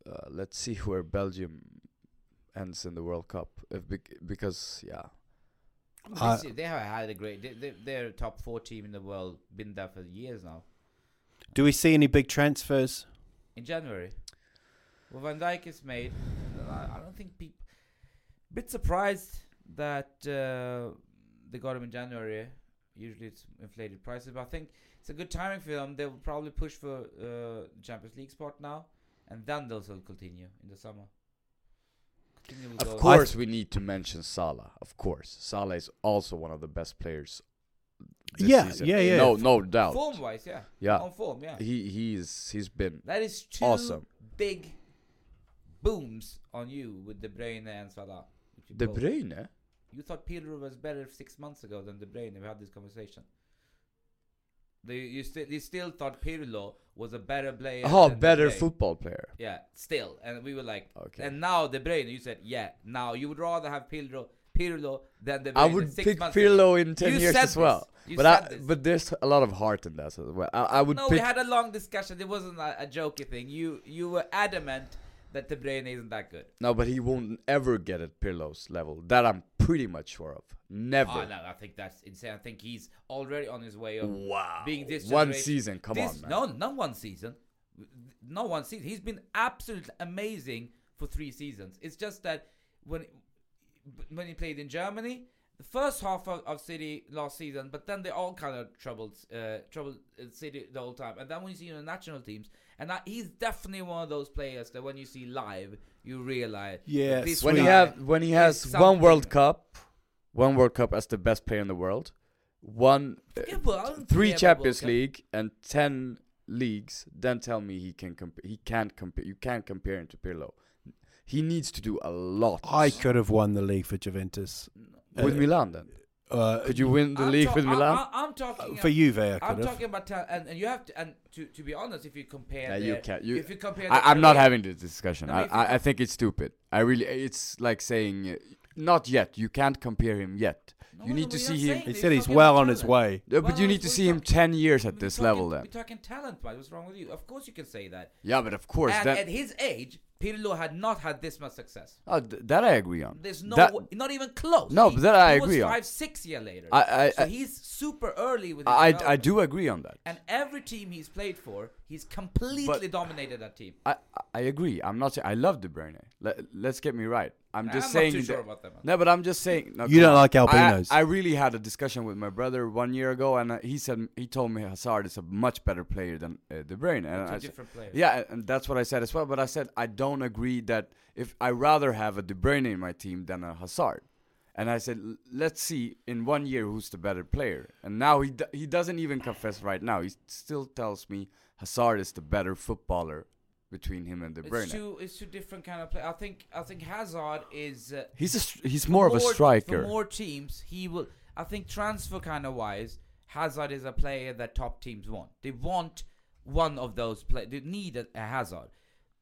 Speaker 4: uh, let's see where Belgium ends in the World Cup. If bec- because yeah,
Speaker 3: I-
Speaker 5: this- they have had a great. They, they, they're a top four team in the world. Been there for years now.
Speaker 3: Do we see any big transfers?
Speaker 5: in January. Well, Van Dijk is made. I I don't think people. Bit surprised that uh, they got him in January. Usually it's inflated prices, but I think it's a good timing for them. They will probably push for uh, Champions League spot now, and then they'll sell Coutinho in the summer. Coutinho will
Speaker 4: of
Speaker 5: go-
Speaker 4: course we need to mention Salah. Of course, Salah is also one of the best players. This
Speaker 3: Yeah,
Speaker 4: season.
Speaker 3: yeah, yeah.
Speaker 4: No, no doubt.
Speaker 5: form wise, yeah,
Speaker 4: Yeah.
Speaker 5: on form, yeah.
Speaker 4: He he's he's been
Speaker 5: That is two
Speaker 4: Awesome.
Speaker 5: big booms on you with De Bruyne and Salah. if you
Speaker 4: De
Speaker 5: both-
Speaker 4: Bruyne.
Speaker 5: You thought Peter was better six months ago than De Bruyne. We had this conversation. They you still you still thought Pirlo was a better player.
Speaker 4: oh,
Speaker 5: than De
Speaker 4: better
Speaker 5: Bruyne.
Speaker 4: football player.
Speaker 5: Yeah, still, and we were like,
Speaker 4: Okay.
Speaker 5: and now De Bruyne. You said, yeah, now you would rather have Pirlo, Pirlo than De Bruyne.
Speaker 4: I would
Speaker 5: six
Speaker 4: pick
Speaker 5: months ago.
Speaker 4: Pirlo in ten
Speaker 5: You
Speaker 4: years
Speaker 5: said
Speaker 4: as well.
Speaker 5: this. You
Speaker 4: But
Speaker 5: said
Speaker 4: I,
Speaker 5: this.
Speaker 4: but there's a lot of heart in that as well. I, I would
Speaker 5: no, we
Speaker 4: pick.
Speaker 5: had a long discussion. It wasn't a, a jokey thing. You you were adamant that De Bruyne isn't that good.
Speaker 4: no, but he won't ever get at Pirlo's level. That I'm pretty much sure of. Never.
Speaker 5: Oh, no, I think that's insane. I think he's already on his way of
Speaker 4: Wow.
Speaker 5: being this
Speaker 4: One
Speaker 5: generation-
Speaker 4: season, come
Speaker 5: this,
Speaker 4: on, man.
Speaker 5: No, not one season. Not one season. He's been absolutely amazing for three seasons. It's just that when when he played in Germany, the first half of, of City last season, but then they all kind of troubled uh, troubled uh, City the whole time. And then when you see him in the national teams, and that, he's definitely one of those players that when you see live, you realize. that
Speaker 3: Yes,
Speaker 5: this
Speaker 4: when he
Speaker 5: guy
Speaker 4: have when he
Speaker 5: is
Speaker 4: has one World
Speaker 5: something.
Speaker 4: Cup, one World Cup as the best player in the world, one uh,
Speaker 5: Yeah, but I don't
Speaker 4: three
Speaker 5: care about
Speaker 4: Champions
Speaker 5: World Cup.
Speaker 4: League and ten leagues, then tell me he can comp- he can't compare. You can't compare him to Pirlo. He needs to do a lot.
Speaker 3: I could have won the league for Juventus.
Speaker 4: with Milan then.
Speaker 3: Uh,
Speaker 4: Could you win the
Speaker 5: I'm
Speaker 4: league
Speaker 5: ta-
Speaker 4: with
Speaker 5: I'm-
Speaker 4: Milan?
Speaker 5: I'm, I'm talking
Speaker 3: For Juve, I
Speaker 5: I'm
Speaker 3: could've.
Speaker 5: talking about ta- and, and you have to and to, to be honest, if you compare,
Speaker 4: Yeah,
Speaker 5: the,
Speaker 4: you can. You,
Speaker 5: if you compare, the
Speaker 4: I, I'm not
Speaker 5: career-
Speaker 4: having this discussion.
Speaker 5: I
Speaker 4: I,
Speaker 5: mean, if you
Speaker 4: I, I think it's stupid. I really, it's like saying, uh, not yet. You can't compare him yet.
Speaker 5: No,
Speaker 4: you
Speaker 5: no,
Speaker 4: need
Speaker 5: but
Speaker 4: to
Speaker 5: you're
Speaker 4: see
Speaker 5: saying
Speaker 4: him.
Speaker 3: he
Speaker 5: He's
Speaker 3: said he's
Speaker 5: talking
Speaker 3: well
Speaker 5: about
Speaker 3: on his
Speaker 5: talent.
Speaker 3: way.
Speaker 4: Yeah, but
Speaker 5: Well,
Speaker 4: you
Speaker 5: no,
Speaker 4: need to
Speaker 5: we're
Speaker 4: see him
Speaker 5: talk-
Speaker 4: ten years at
Speaker 5: we're
Speaker 4: this
Speaker 5: talking-
Speaker 4: level then.
Speaker 5: We're talking talent, wise. What's wrong with you? Of course, you can say that.
Speaker 4: Yeah, but of course
Speaker 5: and
Speaker 4: that.
Speaker 5: at his age, Pirlo had not had this much success.
Speaker 4: oh, th- that I agree on.
Speaker 5: There's no,
Speaker 4: That-
Speaker 5: wa- not even close.
Speaker 4: No,
Speaker 5: He-
Speaker 4: but that I
Speaker 5: he was
Speaker 4: agree on.
Speaker 5: Five, six year later.
Speaker 4: I- I-
Speaker 5: so
Speaker 4: I-
Speaker 5: he's super early with. His
Speaker 4: I, I
Speaker 5: development.
Speaker 4: do agree on that.
Speaker 5: And every team he's played for, he's completely dominated that team.
Speaker 4: I, I agree. I'm not. Say, I love De Bruyne. Let, let's get me right. I'm
Speaker 5: Nah,
Speaker 4: just
Speaker 5: I'm not
Speaker 4: saying.
Speaker 5: too sure
Speaker 4: that-
Speaker 5: about that, man.
Speaker 4: No, but I'm just saying. no,
Speaker 3: You
Speaker 4: come
Speaker 3: don't
Speaker 4: on.
Speaker 3: like albinos.
Speaker 4: I, I really had a discussion with my brother one year ago, and uh, he said he told me Hazard is a much better player than uh, De Bruyne. And
Speaker 5: two
Speaker 4: I said-
Speaker 5: different players.
Speaker 4: Yeah, and that's what I said as well. But I said I don't agree that if I rather have a De Bruyne in my team than a Hazard. And I said, "L- let's see in one year who's the better player. And now he d- he doesn't even confess right now. He still tells me Hazard is the better footballer between him and De
Speaker 5: It's
Speaker 4: Bruyne.
Speaker 5: two, it's two different kind of play. I think, I think Hazard is. Uh,
Speaker 4: he's a, str- he's more of a
Speaker 5: for-
Speaker 4: striker.
Speaker 5: For more teams, he will. I think transfer kind of wise, Hazard is a player that top teams want. They want one of those play. They need a, a Hazard.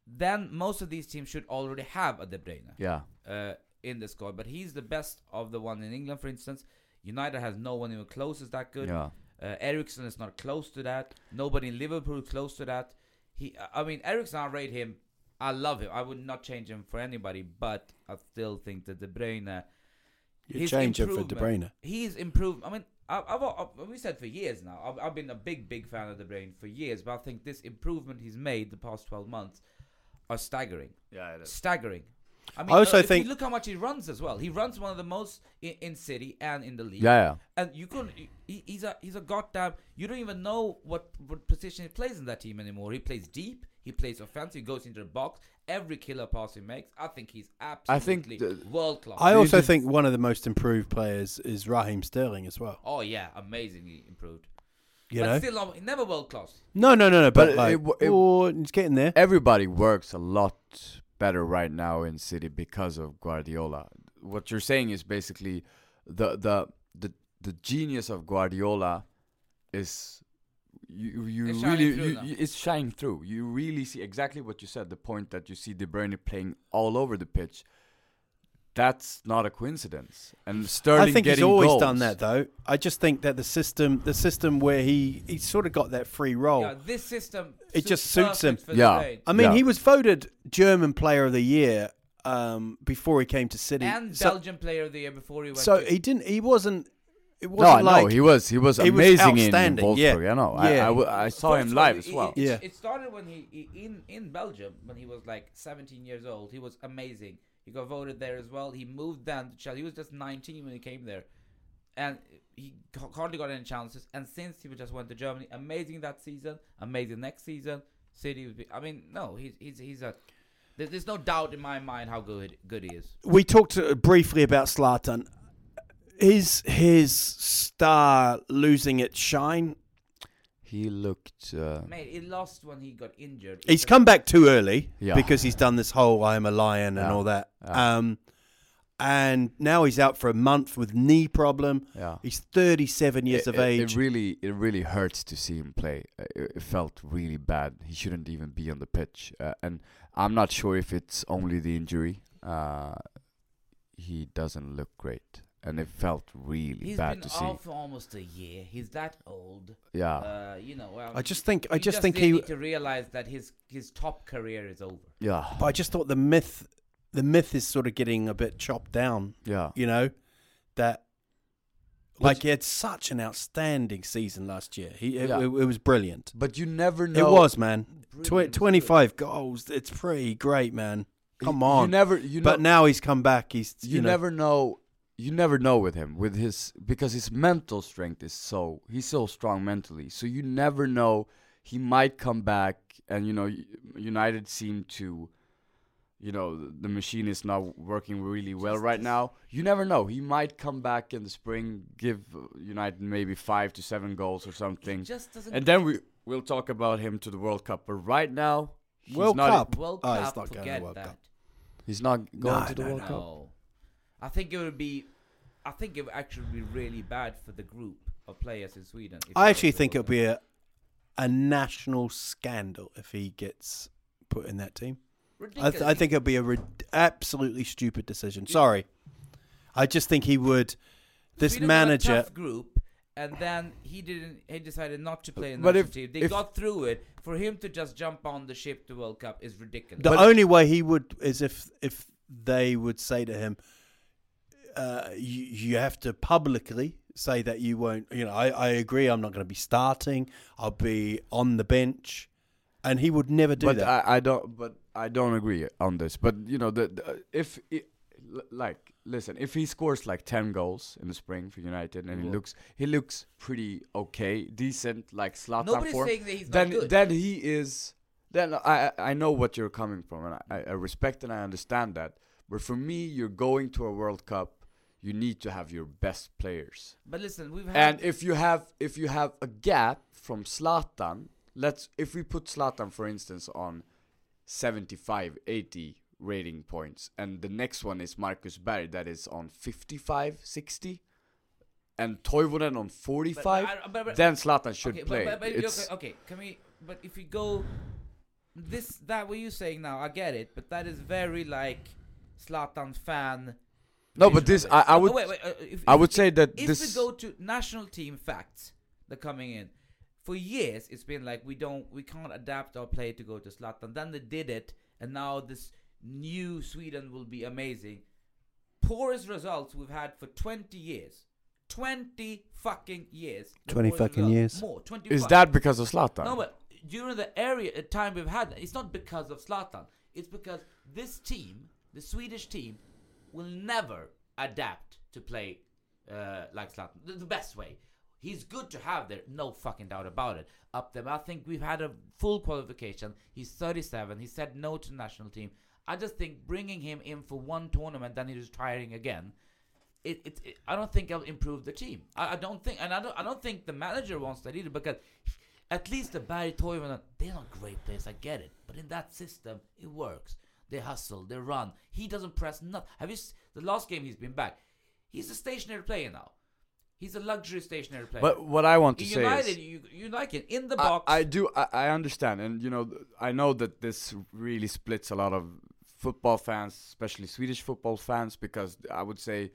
Speaker 5: Then most of these teams should already have a De Bruyne
Speaker 4: yeah.
Speaker 5: uh, in the squad, but he's the best of the one in England, for instance. United has no one even close as that good.
Speaker 4: Yeah.
Speaker 5: Uh, Ericsson is not close to that. Nobody in Liverpool is close to that. He, I mean, Ericsson, I rate him. I love him. I would not change him for anybody, but I still think that De Bruyne. uh,
Speaker 3: You
Speaker 5: his
Speaker 3: change him for De Bruyne.
Speaker 5: improvement- He's improved. I mean, I, I've, I've, we said for years now. I've, I've been a big, big fan of De Bruyne for years, but I think this improvement he's made the past twelve months are staggering.
Speaker 4: Yeah, it is.
Speaker 5: Staggering. I mean,
Speaker 3: also
Speaker 5: uh, if you
Speaker 3: think-
Speaker 5: look how much he runs as well. He runs one of the most in, in city and in the league.
Speaker 4: Yeah, yeah.
Speaker 5: And you could, he, he's a he's a goddamn. You don't even know what what position he plays in that team anymore. He plays deep. He plays offensive. He goes into the box. Every killer pass he makes, I think he's
Speaker 4: think
Speaker 5: absolutely
Speaker 4: the-
Speaker 5: world class.
Speaker 3: I also think one of the most improved players is Raheem Sterling as well.
Speaker 5: Oh yeah, amazingly improved.
Speaker 3: You
Speaker 5: but
Speaker 3: know?
Speaker 5: still, not- never world class.
Speaker 3: No, no, no, no. But,
Speaker 4: But it
Speaker 3: like,
Speaker 4: w- it-
Speaker 3: oh, it's getting there.
Speaker 4: Everybody works a lot better right now in City because of Guardiola. What you're saying is basically the the the, the genius of Guardiola is you you
Speaker 5: It's shining
Speaker 4: really
Speaker 5: through
Speaker 4: you,
Speaker 5: now.
Speaker 4: you, it's shining through. You really see exactly what you said. The point that you see De Bruyne playing all over the pitch. That's not a coincidence. And Sterling
Speaker 3: I think
Speaker 4: getting
Speaker 3: he's always
Speaker 4: goals.
Speaker 3: done that though. I just think that the system, the system where he he sort of got that free role.
Speaker 5: Yeah, this system.
Speaker 3: Oh. It
Speaker 5: suits-
Speaker 3: just suits him.
Speaker 5: perfect for
Speaker 4: Yeah.
Speaker 5: Spain.
Speaker 3: I mean,
Speaker 4: Yeah.
Speaker 3: he was voted German Player of the Year um, before he came to City.
Speaker 5: And
Speaker 3: so,
Speaker 5: Belgian Player of the Year before he went.
Speaker 3: so
Speaker 5: to,
Speaker 3: he didn't. He wasn't. It
Speaker 4: No, I
Speaker 3: wasn't
Speaker 4: know
Speaker 3: like
Speaker 4: he was he was
Speaker 3: he was
Speaker 4: amazing in- in
Speaker 3: outstanding, yeah.
Speaker 4: Wolfsburg. I know. I-
Speaker 3: Yeah.
Speaker 4: I, w- I saw
Speaker 5: First
Speaker 4: him
Speaker 5: of all,
Speaker 4: live
Speaker 5: it-
Speaker 4: as well.
Speaker 5: It,
Speaker 3: Yeah.
Speaker 5: it started when he, he in in Belgium when he was like 17 years old. He was amazing. He got voted there as well. He moved down to Chelsea. He was just 19 when he came there, and he ca- hardly got any chances. And since he just went to Germany, amazing that season, amazing next season. City would be. I mean, no, he's he's he's a. there- There's no doubt in my mind how good good he is.
Speaker 3: we talked uh, briefly about Slatan. His his star losing its shine.
Speaker 4: He looked. Uh,
Speaker 5: Mate, he lost when he got injured.
Speaker 3: He's come back too early
Speaker 4: Yeah.
Speaker 3: because he's done this whole "I am a lion" and
Speaker 4: Yeah.
Speaker 3: all that. Um, and now he's out for a month with knee problem.
Speaker 4: Yeah.
Speaker 3: He's 37 years
Speaker 4: it,
Speaker 3: of
Speaker 4: it-
Speaker 3: age.
Speaker 4: It really, it really hurts to see him play. Uh, It, it felt really bad. He shouldn't even be on the pitch. Uh, and I'm not sure if it's only the injury. Uh, he doesn't look great, and it felt really
Speaker 5: He's
Speaker 4: bad
Speaker 5: been
Speaker 4: to
Speaker 5: out
Speaker 4: see.
Speaker 5: for almost a year. He's that old.
Speaker 3: Ah.
Speaker 4: Yeah,
Speaker 5: Uh, you know, um,
Speaker 3: I just think- I
Speaker 5: you
Speaker 3: just think
Speaker 5: did
Speaker 3: he-
Speaker 5: need to realize that his his top career is over.
Speaker 4: yeah,
Speaker 3: But I just thought the myth, the myth is sort of getting a bit chopped down.
Speaker 4: yeah.
Speaker 3: You know, that like he had such an outstanding season last year. He it,
Speaker 4: Yeah.
Speaker 3: it, it was brilliant.
Speaker 4: But you never know.
Speaker 3: It was man. Tw-
Speaker 5: Brilliant.
Speaker 3: Twenty five goals. It's pretty great, man.
Speaker 4: You-
Speaker 3: Come
Speaker 4: you
Speaker 3: on.
Speaker 4: never- you
Speaker 3: but
Speaker 4: know-
Speaker 3: now he's come back. He's
Speaker 4: You,
Speaker 3: know,
Speaker 4: never know you never know with him with his because his mental strength is so he's so strong mentally so you never know he might come back and you know U- united seem to you know th- the machine is not working really well right now you never know he might come back in the spring give uh, united maybe 5 to 7 goals or something
Speaker 5: just doesn't
Speaker 4: and then we we'll talk about him to the world cup but right now he's
Speaker 3: World
Speaker 4: not
Speaker 3: Cup.
Speaker 5: World
Speaker 3: Oh,
Speaker 5: Cup,
Speaker 3: he's not going to
Speaker 5: forget
Speaker 3: World
Speaker 5: that.
Speaker 3: Cup.
Speaker 4: he's not going
Speaker 3: No,
Speaker 4: to the
Speaker 3: no,
Speaker 4: world
Speaker 3: no.
Speaker 4: cup
Speaker 5: No, I think it would be. I think it would actually be really bad for the group of players in Sweden. if
Speaker 3: I
Speaker 5: it
Speaker 3: actually
Speaker 5: goes to
Speaker 3: think
Speaker 5: World
Speaker 3: it'll be a a national scandal if he gets put in that team.
Speaker 5: Cup.
Speaker 3: I, th- I
Speaker 5: Ridiculous.
Speaker 3: think it'll be a rid absolutely stupid decision. Sorry, I just think he would. This
Speaker 5: Sweden got a
Speaker 3: manager,
Speaker 5: tough group, and then he didn't. He decided not to play in the
Speaker 4: But
Speaker 5: national
Speaker 4: if-
Speaker 5: team. They
Speaker 4: if-
Speaker 5: got through it. For him to just jump on the ship to World Cup is ridiculous.
Speaker 3: the only way he would is if if they would say to him, uh, you, "You have to publicly say that you won't." You know, I, I agree. I'm not going to be starting. I'll be on the bench, and he would never do
Speaker 4: but uh,
Speaker 3: that.
Speaker 4: I, I don't. But I don't agree on this. But you know, the, the if i l like listen, if he scores like ten goals in the spring for United, and he looks he looks pretty okay, decent, like Slatan
Speaker 5: Nobody's
Speaker 4: form,
Speaker 5: saying that he's not
Speaker 4: then
Speaker 5: good.
Speaker 4: then he is. Then I I I know what you're coming from, and I, I respect and I understand that. But for me, you're going to a World Cup. You need to have your best players.
Speaker 5: but listen, we've had
Speaker 4: And if you have if you have a gap from Zlatan, let's if we put Zlatan for instance on 75 80 rating points and the next one is Marcus Berg that is on 55 60 and Toivonen on 45
Speaker 5: I- but- but-
Speaker 4: then Zlatan should
Speaker 5: okay, but-
Speaker 4: play.
Speaker 5: But, but,
Speaker 4: It's-
Speaker 5: okay, okay, can we? But if we go this that what you're saying now, I get it. But that is very like Slatan fan.
Speaker 4: No, but
Speaker 5: vision
Speaker 4: this
Speaker 5: of it.
Speaker 4: I, I
Speaker 5: Oh,
Speaker 4: would
Speaker 5: wait, wait, uh, if-
Speaker 4: I
Speaker 5: if-
Speaker 4: would
Speaker 5: if-
Speaker 4: say that
Speaker 5: if
Speaker 4: this
Speaker 5: we go to national team facts that are coming in for years, it's been like we don't we can't adapt our play to go to Zlatan. Then they did it, and now this new Sweden will be amazing. Poorest results we've had for twenty years. Twenty fucking years. The
Speaker 3: 20
Speaker 5: poorest
Speaker 3: fucking
Speaker 5: results.
Speaker 3: years.
Speaker 5: More. Twenty.
Speaker 4: is that because of Zlatan?
Speaker 5: No, but during the area uh, time we've had, that, it's not because of Zlatan. It's because this team, the Swedish team, will never adapt to play uh, like Zlatan. The, the best way. He's good to have there, no fucking doubt about it. Up there, I think we've had a full qualification. He's 37. He said no to the national team. I just think bringing him in for one tournament, then he's retiring again it, it, it I don't think I'll improve the team. I, I don't think, and I don't, I don't think the manager wants that either because at least the Barry Toivonen, they're not great players. I get it, but in that system, it works. They hustle, they run. He doesn't press nothing. Have you s- the last game he's been back? He's a stationary player now. He's a luxury stationary player.
Speaker 4: But what I want to
Speaker 5: In
Speaker 4: say
Speaker 5: United,
Speaker 4: is-
Speaker 5: you you like it in the
Speaker 4: I-
Speaker 5: box.
Speaker 4: I, do. I, I understand, and you know, th- I know that this really splits a lot of football fans, especially Swedish football fans, because I would say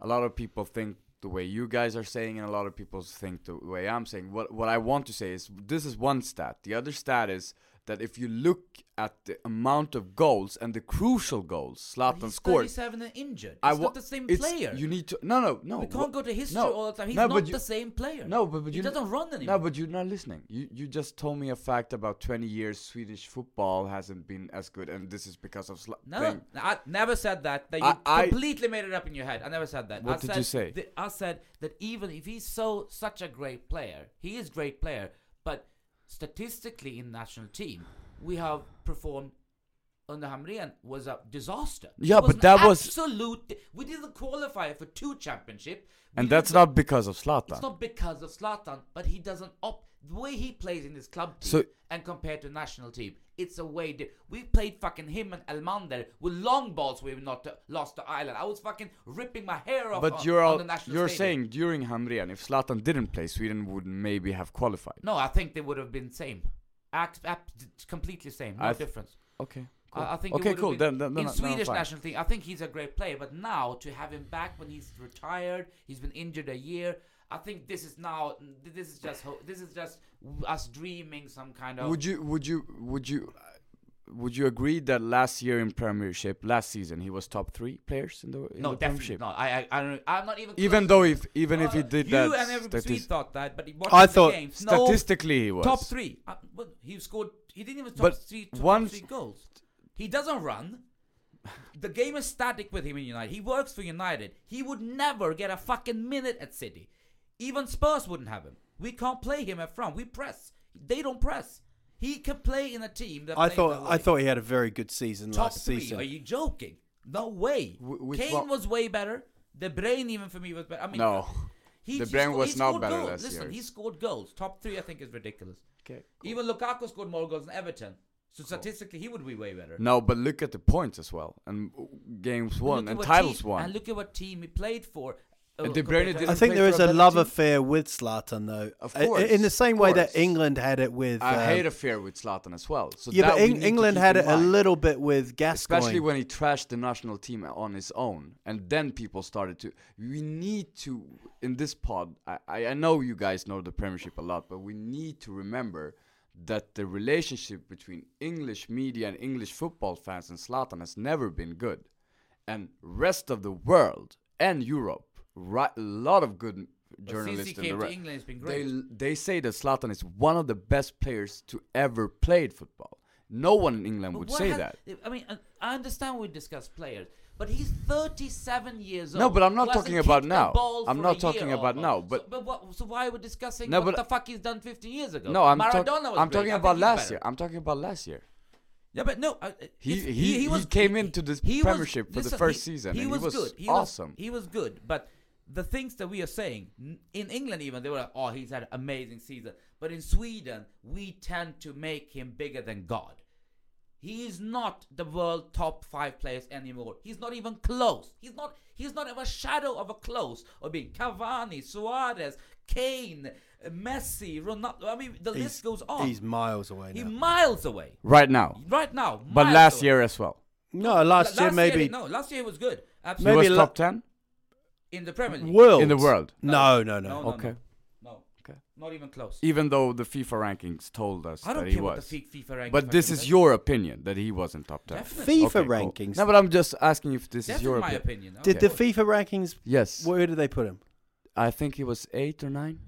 Speaker 4: a lot of people think the way you guys are saying, and a lot of people think the way I'm saying. What what I want to say is this is one stat. The other stat is that if you look at the amount of goals and the crucial goals
Speaker 5: But
Speaker 4: Zlatan
Speaker 5: he's
Speaker 4: scored,
Speaker 5: 37 and injured. It's
Speaker 4: I wa-
Speaker 5: not the same
Speaker 4: it's-
Speaker 5: player.
Speaker 4: You need to no no no.
Speaker 5: We can't
Speaker 4: wh-
Speaker 5: go to history
Speaker 4: no,
Speaker 5: all the time. He's
Speaker 4: no,
Speaker 5: not
Speaker 4: but
Speaker 5: the same player.
Speaker 4: No, but, but
Speaker 5: He
Speaker 4: you
Speaker 5: doesn't run
Speaker 4: No,
Speaker 5: anymore.
Speaker 4: but you're not listening. You you just told me a fact about 20 years Swedish football hasn't been as good, and this is because of sla-
Speaker 5: No,
Speaker 4: playing-
Speaker 5: no, I never said that. That you
Speaker 4: I- I-
Speaker 5: completely made it up in your head. I never said that.
Speaker 4: What
Speaker 5: I
Speaker 4: did
Speaker 5: said
Speaker 4: you say?
Speaker 5: that- I said that even if he's so such a great player, he is great player, but statistically in national team, we have performed. Under Hamrén was a disaster.
Speaker 4: Yeah,
Speaker 5: It was
Speaker 4: but
Speaker 5: an
Speaker 4: that was-
Speaker 5: absolute. di- We didn't qualify for two championship, We
Speaker 4: and
Speaker 5: didn't
Speaker 4: that's
Speaker 5: go-
Speaker 4: not because of Slatan.
Speaker 5: It's not because of Slatan, but he doesn't opt the way he plays in his club team
Speaker 4: So-
Speaker 5: and compared to national team. It's a way that we played fucking him and Elmander with long balls. We were not to, lost to Ireland. I was fucking ripping my hair off.
Speaker 4: but
Speaker 5: on,
Speaker 4: you're
Speaker 5: on
Speaker 4: all,
Speaker 5: the national
Speaker 4: you're
Speaker 5: stadium.
Speaker 4: saying during Hamrén, if Slatan didn't play, Sweden would maybe have qualified.
Speaker 5: no. I think they would have been same, act, act, completely same, no
Speaker 4: I th-
Speaker 5: difference.
Speaker 4: Okay. Cool.
Speaker 5: I, I think it
Speaker 4: okay,
Speaker 5: would've
Speaker 4: cool.
Speaker 5: been-
Speaker 4: then, then, then,
Speaker 5: in
Speaker 4: I'm
Speaker 5: Swedish
Speaker 4: fine.
Speaker 5: national team, I think he's a great player. But now to have him back when he's retired, he's been injured a year. I think this is now. This is just. Ho- this is just us dreaming some kind of.
Speaker 4: Would you would you would you uh, would you agree that last year in Premiership, last season, he was top three players in the in
Speaker 5: no,
Speaker 4: the
Speaker 5: definitely
Speaker 4: Premiership?
Speaker 5: not. I, I, I don't. I'm not even.
Speaker 4: Even
Speaker 5: close.
Speaker 4: though if even if
Speaker 5: Uh,
Speaker 4: he did
Speaker 5: you
Speaker 4: that,
Speaker 5: and every
Speaker 4: statis-
Speaker 5: Swede thought that, but he watched
Speaker 3: I
Speaker 5: the
Speaker 3: thought
Speaker 5: games. No,
Speaker 4: statistically he was
Speaker 5: top three. Uh, but he scored. He didn't even top
Speaker 4: But
Speaker 5: three. Top
Speaker 4: one-
Speaker 5: three goals. He doesn't run. The game is static with him in United. He works for United. He would never get a fucking minute at City. Even Spurs wouldn't have him. We can't play him up front. We press. They don't press. He can play in a team that.
Speaker 3: I
Speaker 5: plays
Speaker 3: thought
Speaker 5: that
Speaker 3: I
Speaker 5: way.
Speaker 3: thought he had a very good season
Speaker 5: top
Speaker 3: last
Speaker 5: three.
Speaker 3: season.
Speaker 5: Are you joking? No way.
Speaker 4: Wh- which
Speaker 5: Kane
Speaker 4: one-
Speaker 5: was way better. The brain even for me was better. I mean,
Speaker 4: No.
Speaker 5: he,
Speaker 4: De
Speaker 5: he
Speaker 4: Bruyne
Speaker 5: sco- he
Speaker 4: was not
Speaker 5: scored
Speaker 4: better
Speaker 5: goals.
Speaker 4: last
Speaker 5: Listen,
Speaker 4: year.
Speaker 5: he scored goals. Top three, I think, is ridiculous.
Speaker 3: Okay,
Speaker 5: Even Lukaku scored more goals than Everton. So statistically, he would be way better.
Speaker 4: No, but look at the points as well, and uh, games
Speaker 5: But look
Speaker 4: won
Speaker 5: at
Speaker 4: and
Speaker 5: what
Speaker 4: titles
Speaker 5: team,
Speaker 4: won.
Speaker 5: And look at what team he played for.
Speaker 4: And
Speaker 5: uh,
Speaker 4: De Bruyne
Speaker 5: compared to
Speaker 4: didn't
Speaker 3: I
Speaker 5: Everton.
Speaker 3: think
Speaker 4: play
Speaker 3: there
Speaker 4: for
Speaker 3: is
Speaker 4: a
Speaker 3: a
Speaker 4: better
Speaker 3: love
Speaker 4: team?
Speaker 3: affair with Zlatan, though.
Speaker 4: Of
Speaker 3: I- I-
Speaker 4: course,
Speaker 3: in the same
Speaker 4: of
Speaker 3: way that
Speaker 4: course.
Speaker 3: England had it with.
Speaker 4: I
Speaker 3: uh,
Speaker 4: hate affair with Zlatan as well. So
Speaker 3: yeah,
Speaker 4: that
Speaker 3: but
Speaker 4: we
Speaker 3: Eng-
Speaker 4: need to
Speaker 3: England
Speaker 4: keep
Speaker 3: had
Speaker 4: in
Speaker 3: it a
Speaker 4: mind.
Speaker 3: little bit with Gascoigne.
Speaker 4: especially when he trashed the national team on his own and then people started to we need to in this pod I- I, I know you guys know the premiership a lot but we need to remember that the relationship between english media and english football fans and Zlatan has never been good and rest of the world and europe right a lot of good journalists
Speaker 5: since he
Speaker 4: in
Speaker 5: came
Speaker 4: the
Speaker 5: to
Speaker 4: re-
Speaker 5: England, it's been
Speaker 4: they
Speaker 5: great.
Speaker 4: they say that Zlatan is one of the best players to ever played football no one in england
Speaker 5: But
Speaker 4: would
Speaker 5: what
Speaker 4: say
Speaker 5: has-
Speaker 4: that
Speaker 5: I mean, uh, I understand we discuss players, but he's 37 years old.
Speaker 4: No, but I'm not
Speaker 5: who hasn't
Speaker 4: talking about
Speaker 5: kicked a
Speaker 4: now.
Speaker 5: ball
Speaker 4: I'm
Speaker 5: for
Speaker 4: not
Speaker 5: a
Speaker 4: talking
Speaker 5: year
Speaker 4: about
Speaker 5: almost.
Speaker 4: now, but-
Speaker 5: so, but what, so why are we discussing
Speaker 4: No,
Speaker 5: what
Speaker 4: but-
Speaker 5: the fuck he's done 15 years ago?
Speaker 4: No, I'm,
Speaker 5: Maradona
Speaker 4: talk-
Speaker 5: was
Speaker 4: I'm
Speaker 5: great.
Speaker 4: talking
Speaker 5: I think
Speaker 4: about
Speaker 5: he's
Speaker 4: last
Speaker 5: better.
Speaker 4: year. I'm talking about last year.
Speaker 5: Yeah, but no, I- I-
Speaker 4: He-
Speaker 5: it's-
Speaker 4: he- he came into this Premiership for the first season, and he was awesome.
Speaker 5: he was good, but the things that we are saying n- in England, even they were like, "Oh, he's had amazing season," but in Sweden, we tend to make him bigger than God. He is not the world top five players anymore. He's not even close. He's not. He's not even a shadow of a close of being Cavani, Suarez, Kane, Messi, Ronaldo. I mean, the
Speaker 3: He's-
Speaker 5: list goes on.
Speaker 3: He's miles away
Speaker 5: He
Speaker 3: now.
Speaker 5: miles away.
Speaker 4: Right now.
Speaker 5: Right now,
Speaker 4: But
Speaker 5: miles
Speaker 4: last
Speaker 5: away.
Speaker 4: year as well.
Speaker 3: no, last
Speaker 5: La-
Speaker 3: year maybe
Speaker 5: no, last year was good.
Speaker 4: He
Speaker 5: Absolutely.
Speaker 3: Maybe
Speaker 4: was
Speaker 3: la-
Speaker 4: top 10?
Speaker 5: in the Premier League.
Speaker 3: world
Speaker 4: In the world.
Speaker 3: No, no, no.
Speaker 4: Okay.
Speaker 5: No, no.
Speaker 4: Okay.
Speaker 5: Not even close.
Speaker 4: Even though the FIFA rankings told us
Speaker 5: I don't
Speaker 4: that he
Speaker 5: care what
Speaker 4: was.
Speaker 5: the fi- FIFA rankings
Speaker 4: But
Speaker 5: are
Speaker 4: this
Speaker 5: gonna
Speaker 4: is
Speaker 5: be.
Speaker 4: your opinion that he wasn't top 10.
Speaker 5: Definitely.
Speaker 3: FIFA
Speaker 4: Okay, cool.
Speaker 3: rankings.
Speaker 4: No, but I'm just asking if this
Speaker 5: That's
Speaker 4: is your
Speaker 5: in my
Speaker 4: opi-
Speaker 5: opinion.
Speaker 3: Did
Speaker 5: of
Speaker 3: the
Speaker 5: course.
Speaker 3: FIFA rankings?
Speaker 4: Yes.
Speaker 3: Where did they put him
Speaker 4: I think he was 8 or 9.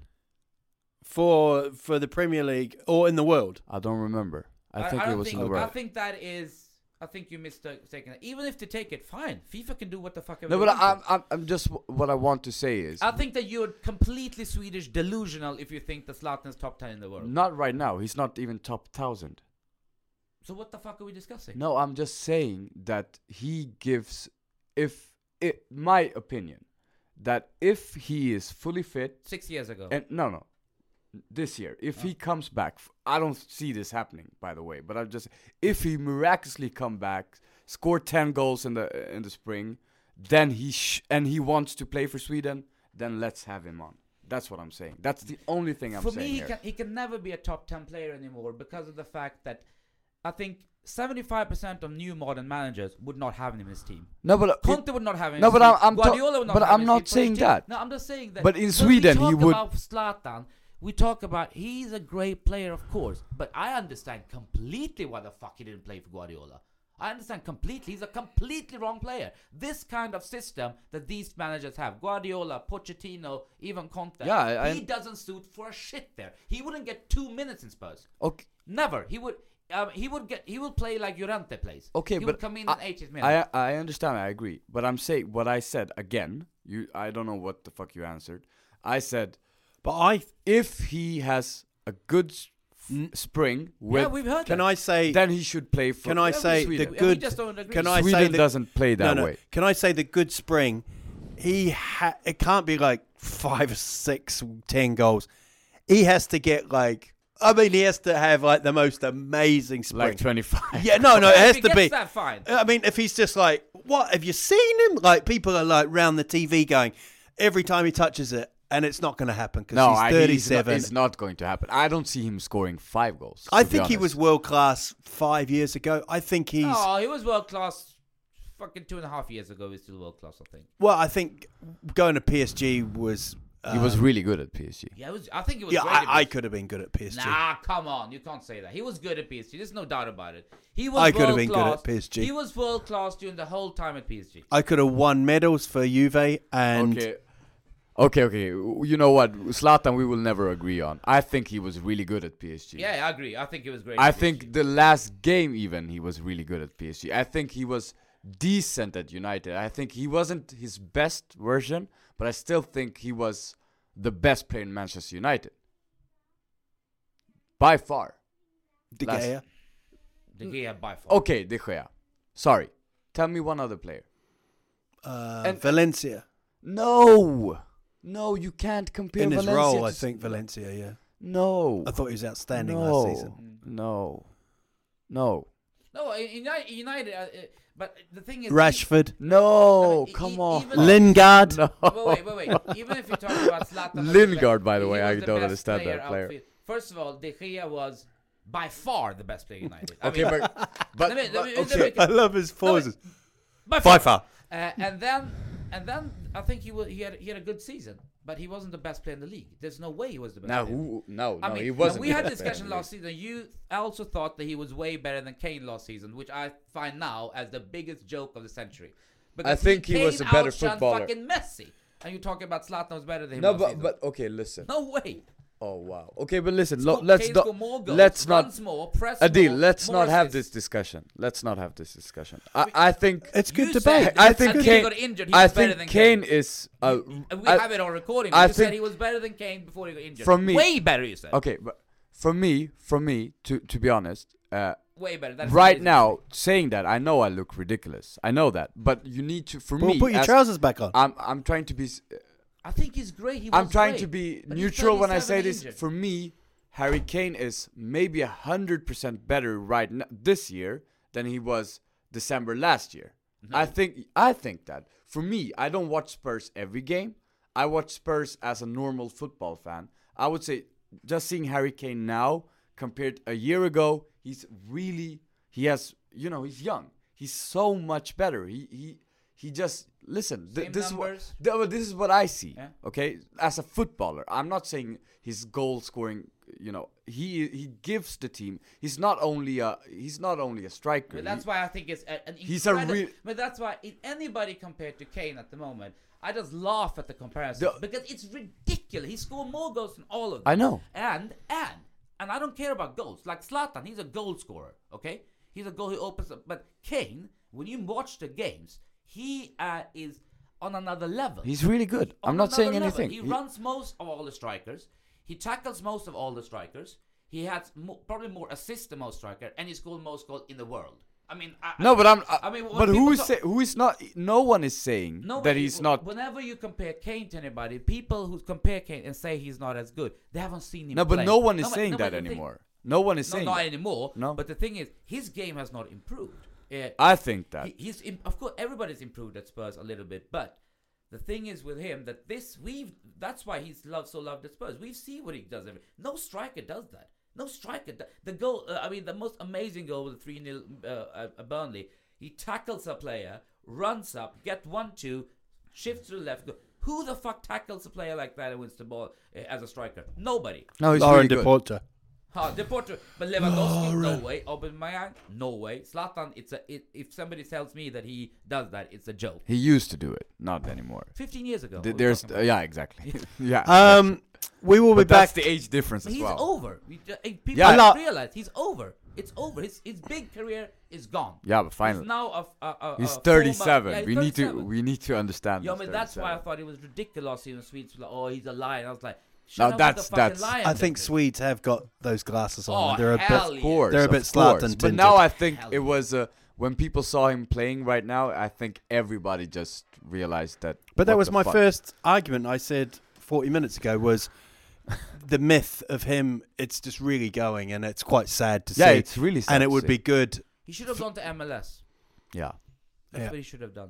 Speaker 3: for for the Premier League or in the world?
Speaker 4: I don't remember. I
Speaker 5: I
Speaker 4: think he
Speaker 5: don't
Speaker 4: was in
Speaker 5: think,
Speaker 4: the
Speaker 5: I
Speaker 4: world.
Speaker 5: think that is. I think you mistaken. Even if they take it, fine. FIFA can do what the fuck.
Speaker 4: No,
Speaker 5: they
Speaker 4: but
Speaker 5: want to.
Speaker 4: I, I'm, I'm just. What I want to say is.
Speaker 5: I think that you're completely Swedish delusional if you think that Zlatan's top ten in the world.
Speaker 4: Not right now. He's not even top 1000.
Speaker 5: So what the fuck are we discussing?
Speaker 4: No, I'm just saying that he gives, if it, my opinion, that if he is fully fit,
Speaker 5: Six Oh. years ago.
Speaker 4: and no, no, this year, if he comes back, f- I don't see this happening, by the way. But I'm just, if he miraculously come back, score ten goals in the in the spring, then he sh- and he wants to play for Sweden, then let's have him on. That's what I'm saying. That's the only thing I'm
Speaker 5: For
Speaker 4: saying
Speaker 5: me, he
Speaker 4: here.
Speaker 5: can, he can never be a top 10 player anymore because of the fact that I think 75% of new modern managers would not have him in his team.
Speaker 4: no, but uh, it-
Speaker 5: Conte would not have him. in
Speaker 4: No,
Speaker 5: his
Speaker 4: but
Speaker 5: team.
Speaker 4: I'm- I'm ta-
Speaker 5: Guardiola would not
Speaker 4: but
Speaker 5: have him
Speaker 4: I'm
Speaker 5: in his
Speaker 4: not
Speaker 5: team for his
Speaker 4: saying
Speaker 5: team.
Speaker 4: that.
Speaker 5: No, I'm just saying that.
Speaker 4: But in
Speaker 5: when
Speaker 4: Sweden,
Speaker 5: we
Speaker 4: he
Speaker 5: talk
Speaker 4: would-
Speaker 5: About Zlatan, we talk about he's a great player, of course. But I understand completely why the fuck he didn't play for Guardiola. I understand completely. He's a completely wrong player. This kind of system that these managers have, Guardiola, Pochettino, even Conte,
Speaker 4: Yeah, I-
Speaker 5: he
Speaker 4: I-
Speaker 5: doesn't suit for a shit there. He wouldn't get two minutes in Spurs.
Speaker 4: okay.
Speaker 5: Never. He would. Um, he would get. He would play like Llorente plays.
Speaker 4: Okay,
Speaker 5: he
Speaker 4: but
Speaker 5: would come in
Speaker 4: I,
Speaker 5: in 80th minute.
Speaker 4: I I understand. I agree. But I'm saying what I said again. You, I don't know what the fuck you answered. I said
Speaker 3: But I
Speaker 4: if he has a good s- spring with,
Speaker 5: yeah, we've heard.
Speaker 3: Mm. can
Speaker 5: that.
Speaker 3: I say
Speaker 4: then he should play for.
Speaker 3: can I say the
Speaker 4: Sweden.
Speaker 5: we
Speaker 3: good?
Speaker 5: just don't agree.
Speaker 3: Can I say
Speaker 4: Sweden
Speaker 3: the,
Speaker 4: doesn't
Speaker 3: no,
Speaker 4: play that
Speaker 3: no.
Speaker 4: way.
Speaker 3: Can I say the good spring? He ha- it can't be like five or six, ten goals. He has to get like I mean, he has to have like the most amazing spring.
Speaker 4: like 25?
Speaker 3: Yeah, Oh, no, no,
Speaker 5: If
Speaker 3: it has
Speaker 5: he
Speaker 3: to
Speaker 5: gets
Speaker 3: be. Uh,
Speaker 5: that, fine.
Speaker 3: I mean, if he's just like, what have you seen him? Like people are like round the TV going every time he touches it, and it's not going to happen because
Speaker 4: No,
Speaker 3: he's
Speaker 4: I, he's, not,
Speaker 3: thirty-seven.
Speaker 4: it's not going to happen. I don't see him scoring five goals.
Speaker 3: I
Speaker 4: to be
Speaker 3: think he was
Speaker 4: honest.
Speaker 3: world class five years ago. I think he's
Speaker 5: Oh, he was world class. Fucking two and a half years ago, he's still world class. I think.
Speaker 3: well. I think going to PSG was.
Speaker 4: He was
Speaker 3: um,
Speaker 4: really good at PSG.
Speaker 5: Yeah, it was, I think it was.
Speaker 3: Yeah,
Speaker 5: great at
Speaker 3: I, I
Speaker 5: PSG.
Speaker 3: could have been good at PSG.
Speaker 5: Nah, come on, you can't say that. He was good at PSG. There's no doubt about it. He was.
Speaker 3: I could have been
Speaker 5: world-class.
Speaker 3: good at PSG.
Speaker 5: He was world class during the whole time at PSG.
Speaker 3: I could have won medals for Juve and
Speaker 4: okay. Okay, okay. You know what? Zlatan, we will never agree on. I think he was really good at PSG.
Speaker 5: Yeah, I agree. I think he was great.
Speaker 4: I
Speaker 5: at PSG.
Speaker 4: think the last game even he was really good at PSG. I think he was decent at United. I think he wasn't his best version, but I still think he was the best player in Manchester United. By far.
Speaker 3: De
Speaker 4: Last-
Speaker 3: Gea.
Speaker 5: De Gea by far.
Speaker 4: Okay, De Gea. Sorry. Tell me one other player.
Speaker 3: Uh,
Speaker 4: And-
Speaker 3: Valencia.
Speaker 4: No. No, you can't compare
Speaker 3: In his
Speaker 4: Valencia
Speaker 3: role, I
Speaker 4: to-
Speaker 3: think Valencia, yeah.
Speaker 4: No.
Speaker 3: I thought he was outstanding
Speaker 4: no.
Speaker 3: last season.
Speaker 4: No. No.
Speaker 5: No, United. United uh, uh, but the thing is,
Speaker 3: Rashford.
Speaker 4: No.
Speaker 5: I mean, e-
Speaker 4: come
Speaker 5: e-
Speaker 4: on.
Speaker 5: even-
Speaker 3: Lingard.
Speaker 4: No.
Speaker 5: But wait, wait, wait. Even if you talk about Zlatan, as a
Speaker 4: Lingard,
Speaker 5: player,
Speaker 4: by the
Speaker 5: he
Speaker 4: way,
Speaker 5: was
Speaker 4: I
Speaker 5: the
Speaker 4: don't
Speaker 5: best
Speaker 4: understand that player.
Speaker 5: outfield- First of all, De Gea was by far the best player United. I
Speaker 4: Okay,
Speaker 5: mean,
Speaker 4: but but,
Speaker 5: Let me- let
Speaker 4: but-
Speaker 5: me- let
Speaker 4: okay.
Speaker 5: me-
Speaker 3: I love his pauses.
Speaker 5: by
Speaker 3: By
Speaker 5: Uh, and then, and then I think he wa he had he had a good season, but he wasn't the best player in the league. There's no way he was the best.
Speaker 4: Now
Speaker 5: player.
Speaker 4: who? No,
Speaker 5: I
Speaker 4: no,
Speaker 5: mean,
Speaker 4: he
Speaker 5: when
Speaker 4: wasn't.
Speaker 5: we had
Speaker 4: the best player in
Speaker 5: discussion
Speaker 4: the
Speaker 5: last season. You also thought that he was way better than Kane last season, which I find now as the biggest joke of the century. Because
Speaker 4: think he was
Speaker 5: Kane
Speaker 4: a better
Speaker 5: outshined
Speaker 4: footballer.
Speaker 5: Fucking Messi, and you're talking about Zlatan was better than
Speaker 4: league. No,
Speaker 5: him. last
Speaker 4: but
Speaker 5: season.
Speaker 4: but okay, listen.
Speaker 5: no way.
Speaker 4: Oh wow. Okay, but listen.
Speaker 5: Score-
Speaker 4: lo- let's
Speaker 5: Kane
Speaker 4: not.
Speaker 5: score more goals,
Speaker 4: let's not.
Speaker 5: runs more, press
Speaker 4: Adil,
Speaker 5: more,
Speaker 4: let's
Speaker 5: more
Speaker 4: not have this
Speaker 5: assists.
Speaker 4: discussion. Let's not have this discussion. I, I think
Speaker 3: It's good
Speaker 5: You
Speaker 3: debate.
Speaker 5: said-
Speaker 4: I
Speaker 5: Let's-
Speaker 4: think
Speaker 5: Until he
Speaker 4: Kane.
Speaker 5: got injured, he
Speaker 4: I
Speaker 5: was better
Speaker 4: think
Speaker 5: than
Speaker 4: Kane
Speaker 5: Kane.
Speaker 4: is. Uh,
Speaker 5: And we
Speaker 4: I-
Speaker 5: have it on recording.
Speaker 4: I
Speaker 5: you said
Speaker 4: think-
Speaker 5: he was better than Kane before he got injured.
Speaker 4: From me-
Speaker 5: way better. You said
Speaker 4: Okay, but for me, for me, to to be honest, uh,
Speaker 5: way better. That is
Speaker 4: right
Speaker 5: amazing.
Speaker 4: now, saying that, I know I look ridiculous. I know that, but you need to. For
Speaker 3: Well,
Speaker 4: me,
Speaker 3: put your
Speaker 4: as-
Speaker 3: trousers back on.
Speaker 4: I'm I'm trying to be. s-
Speaker 5: I think he's great. He
Speaker 4: I'm
Speaker 5: was
Speaker 4: trying
Speaker 5: great,
Speaker 4: to be
Speaker 5: but he's
Speaker 4: neutral when I
Speaker 5: 37
Speaker 4: say this.
Speaker 5: injured.
Speaker 4: For me, Harry Kane is maybe hundred percent better right now, this year than he was December last year.
Speaker 5: Mm-hmm.
Speaker 4: I think I think that for me, I don't watch Spurs every game. I watch Spurs as a normal football fan. I would say just seeing Harry Kane now compared a year ago, he's really he has you know he's young. He's so much better. He he he just listen. th-
Speaker 5: Same
Speaker 4: this is what
Speaker 5: numbers.
Speaker 4: Th- well, this is what I see.
Speaker 5: Yeah.
Speaker 4: Okay, as a footballer, I'm not saying his goal scoring. You know, he he gives the team. He's not only a he's not only a striker.
Speaker 5: But that's
Speaker 4: He-
Speaker 5: why I think it's a, an
Speaker 4: He's a
Speaker 5: incredible-
Speaker 4: real-
Speaker 5: But that's why if anybody compared to Kane at the moment, I just laugh at the comparison
Speaker 4: The-
Speaker 5: because it's ridiculous. He scored more goals than all of them.
Speaker 4: I know.
Speaker 5: And and and I don't care about goals. Like Zlatan, he's a goal scorer. Okay, he's a goal who opens up. But Kane, when you watch the games, he uh, is on another level.
Speaker 4: He's really good.
Speaker 5: on
Speaker 4: I'm not saying
Speaker 5: another
Speaker 4: anything.
Speaker 5: He,
Speaker 4: He-
Speaker 5: runs most of all the strikers. He tackles most of all the strikers. He has mo- probably more assists than most striker, and he scored most goals in the world. I mean, I,
Speaker 4: No, but I'm. I,
Speaker 5: I mean, when
Speaker 4: but who
Speaker 5: people
Speaker 4: is
Speaker 5: talk-
Speaker 4: say, who is not? No one is saying that
Speaker 5: Nobody-
Speaker 4: he's not.
Speaker 5: Whenever you compare Kane to anybody, people who compare Kane and say he's not as good, they haven't seen him.
Speaker 4: No, but
Speaker 5: play.
Speaker 4: no one is
Speaker 5: but-
Speaker 4: saying
Speaker 5: no, but
Speaker 4: that
Speaker 5: the thing-
Speaker 4: anymore. No one is
Speaker 5: no,
Speaker 4: saying.
Speaker 5: not
Speaker 4: that.
Speaker 5: anymore.
Speaker 4: No.
Speaker 5: but the thing is, his game has not improved. Uh,
Speaker 4: I think that.
Speaker 5: he, he's im- of course everybody's improved at Spurs a little bit, but the thing is with him that this we've that's why he's loved so loved at Spurs. We've seen what he does. Every, no striker does that. No striker. do- the goal. Uh, I mean, the most amazing goal with three 0 uh, uh, Burnley. He tackles a player, runs up, get one two, shifts to the left. Go. Who the fuck tackles a player like that and wins the ball uh, as a striker? Nobody.
Speaker 4: no, he's
Speaker 3: Lauren
Speaker 4: really good.
Speaker 3: Deporter.
Speaker 5: Ha, Deportivo, but Lewandowski, no way. Aubameyang, no way. Zlatan, it's a. It, if somebody tells me that he does that, it's a joke.
Speaker 4: He used to do it, not anymore.
Speaker 5: Fifteen years ago.
Speaker 4: Th-
Speaker 5: we're
Speaker 4: There's
Speaker 5: talking
Speaker 4: uh,
Speaker 5: about.
Speaker 4: yeah, exactly. yeah.
Speaker 3: Um, we will be
Speaker 4: but
Speaker 3: back.
Speaker 4: that's the age difference
Speaker 5: But
Speaker 4: as
Speaker 5: he's
Speaker 4: well.
Speaker 5: over. We ju- eh, people
Speaker 4: Yeah.
Speaker 5: don't
Speaker 3: Hello.
Speaker 5: realize he's over. It's over. His his big career is gone.
Speaker 4: Yeah, but finally-
Speaker 5: he's now a, a, a, a
Speaker 4: He's
Speaker 5: Uh, former-
Speaker 4: 37.
Speaker 5: yeah, he's
Speaker 4: we need to
Speaker 5: 37.
Speaker 4: we need to understand.
Speaker 5: Yeah, I
Speaker 4: he's
Speaker 5: mean that's why I
Speaker 4: 37.
Speaker 5: thought it was ridiculous. Even Swedes were like, "Oh, he's a lion." I was like,
Speaker 4: Now
Speaker 5: "Shut up
Speaker 4: that's-
Speaker 5: with the fucking
Speaker 4: that's-
Speaker 5: lion
Speaker 3: I think
Speaker 5: business."
Speaker 3: Swedes have got those glasses on.
Speaker 5: Oh,
Speaker 3: and they're a
Speaker 5: hell
Speaker 3: bit.
Speaker 5: yeah.
Speaker 4: course,
Speaker 3: They're a
Speaker 4: of
Speaker 3: bit Zlatan
Speaker 4: course. But
Speaker 3: tinted.
Speaker 4: now I think
Speaker 5: Hell
Speaker 4: it
Speaker 5: yeah.
Speaker 4: was uh, when people saw him playing right now. I think everybody just realized that.
Speaker 3: But that
Speaker 4: what
Speaker 3: was
Speaker 4: the
Speaker 3: my
Speaker 4: fuck.
Speaker 3: first argument. I said 40 minutes ago was the myth of him. It's just really going, and it's quite sad to
Speaker 4: Yeah,
Speaker 3: see.
Speaker 4: it's really sad
Speaker 3: and it
Speaker 4: to
Speaker 3: would
Speaker 4: see.
Speaker 3: be good.
Speaker 5: he should have gone to MLS.
Speaker 4: Yeah.
Speaker 5: That's
Speaker 3: Yeah.
Speaker 5: what he should have done.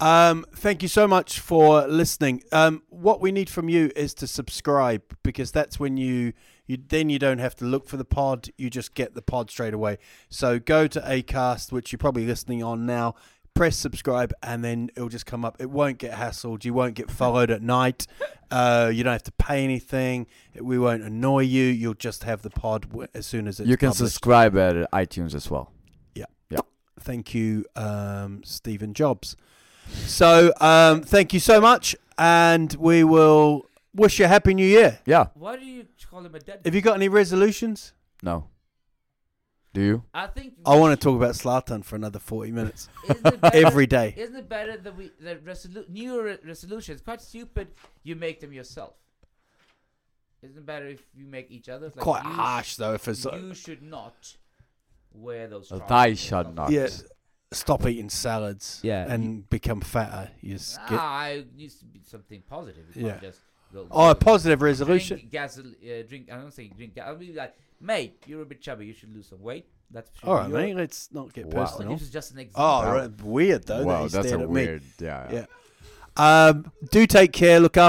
Speaker 3: Um, thank you so much for listening. Um, what we need from you is to subscribe because that's when you, you then you don't have to look for the pod. You just get the pod straight away. So go to Acast, which you're probably listening on now. Press subscribe, and then it'll just come up. It won't get hassled. You won't get followed at night. Uh, you don't have to pay anything. We won't annoy you. You'll just have the pod w- as soon as it's
Speaker 4: You can
Speaker 3: published.
Speaker 4: subscribe at uh, iTunes as well.
Speaker 3: Thank you, um, Stephen Jobs. So, um, thank you so much, and we will wish you a happy new year.
Speaker 4: Yeah.
Speaker 5: Why do you call him a dead?
Speaker 3: Have you got any resolutions?
Speaker 4: No. Do you?
Speaker 5: I think
Speaker 3: I
Speaker 5: we-
Speaker 3: want to talk about Slatan for another 40 minutes.
Speaker 5: Isn't it better-
Speaker 3: Every day.
Speaker 5: Isn't it better that we that resolu- new re- resolutions? Quite stupid. You make them yourself. Isn't it better if you make each other's? Like
Speaker 3: Quite
Speaker 5: you
Speaker 3: harsh, though, if it's- uh,
Speaker 5: sh- you should not wear those.
Speaker 4: Uh,
Speaker 5: trousers
Speaker 4: Thy
Speaker 5: or
Speaker 4: shall
Speaker 5: something.
Speaker 4: not.
Speaker 3: Yeah. Stop eating salads
Speaker 5: Yeah.
Speaker 3: and become fatter. You just
Speaker 5: Ah,
Speaker 3: get-
Speaker 5: I needs to be something positive. You
Speaker 3: Yeah.
Speaker 5: can't just go,
Speaker 3: Oh, a
Speaker 5: go-
Speaker 3: positive resolution.
Speaker 5: Drink gasol- uh, drink. I don't say drink. ga- I'll be like, mate, you're a bit chubby. You should lose some weight. That's
Speaker 3: All right,
Speaker 5: your-"
Speaker 3: mate. Let's not get
Speaker 4: Wow.
Speaker 5: Like,
Speaker 3: personal.
Speaker 5: This is just an example.
Speaker 3: Oh, right, weird though. that
Speaker 4: wow,
Speaker 3: he
Speaker 4: that's a
Speaker 3: stared at me.
Speaker 4: weird. Yeah, yeah.
Speaker 3: Yeah. Um, do take care. Look after.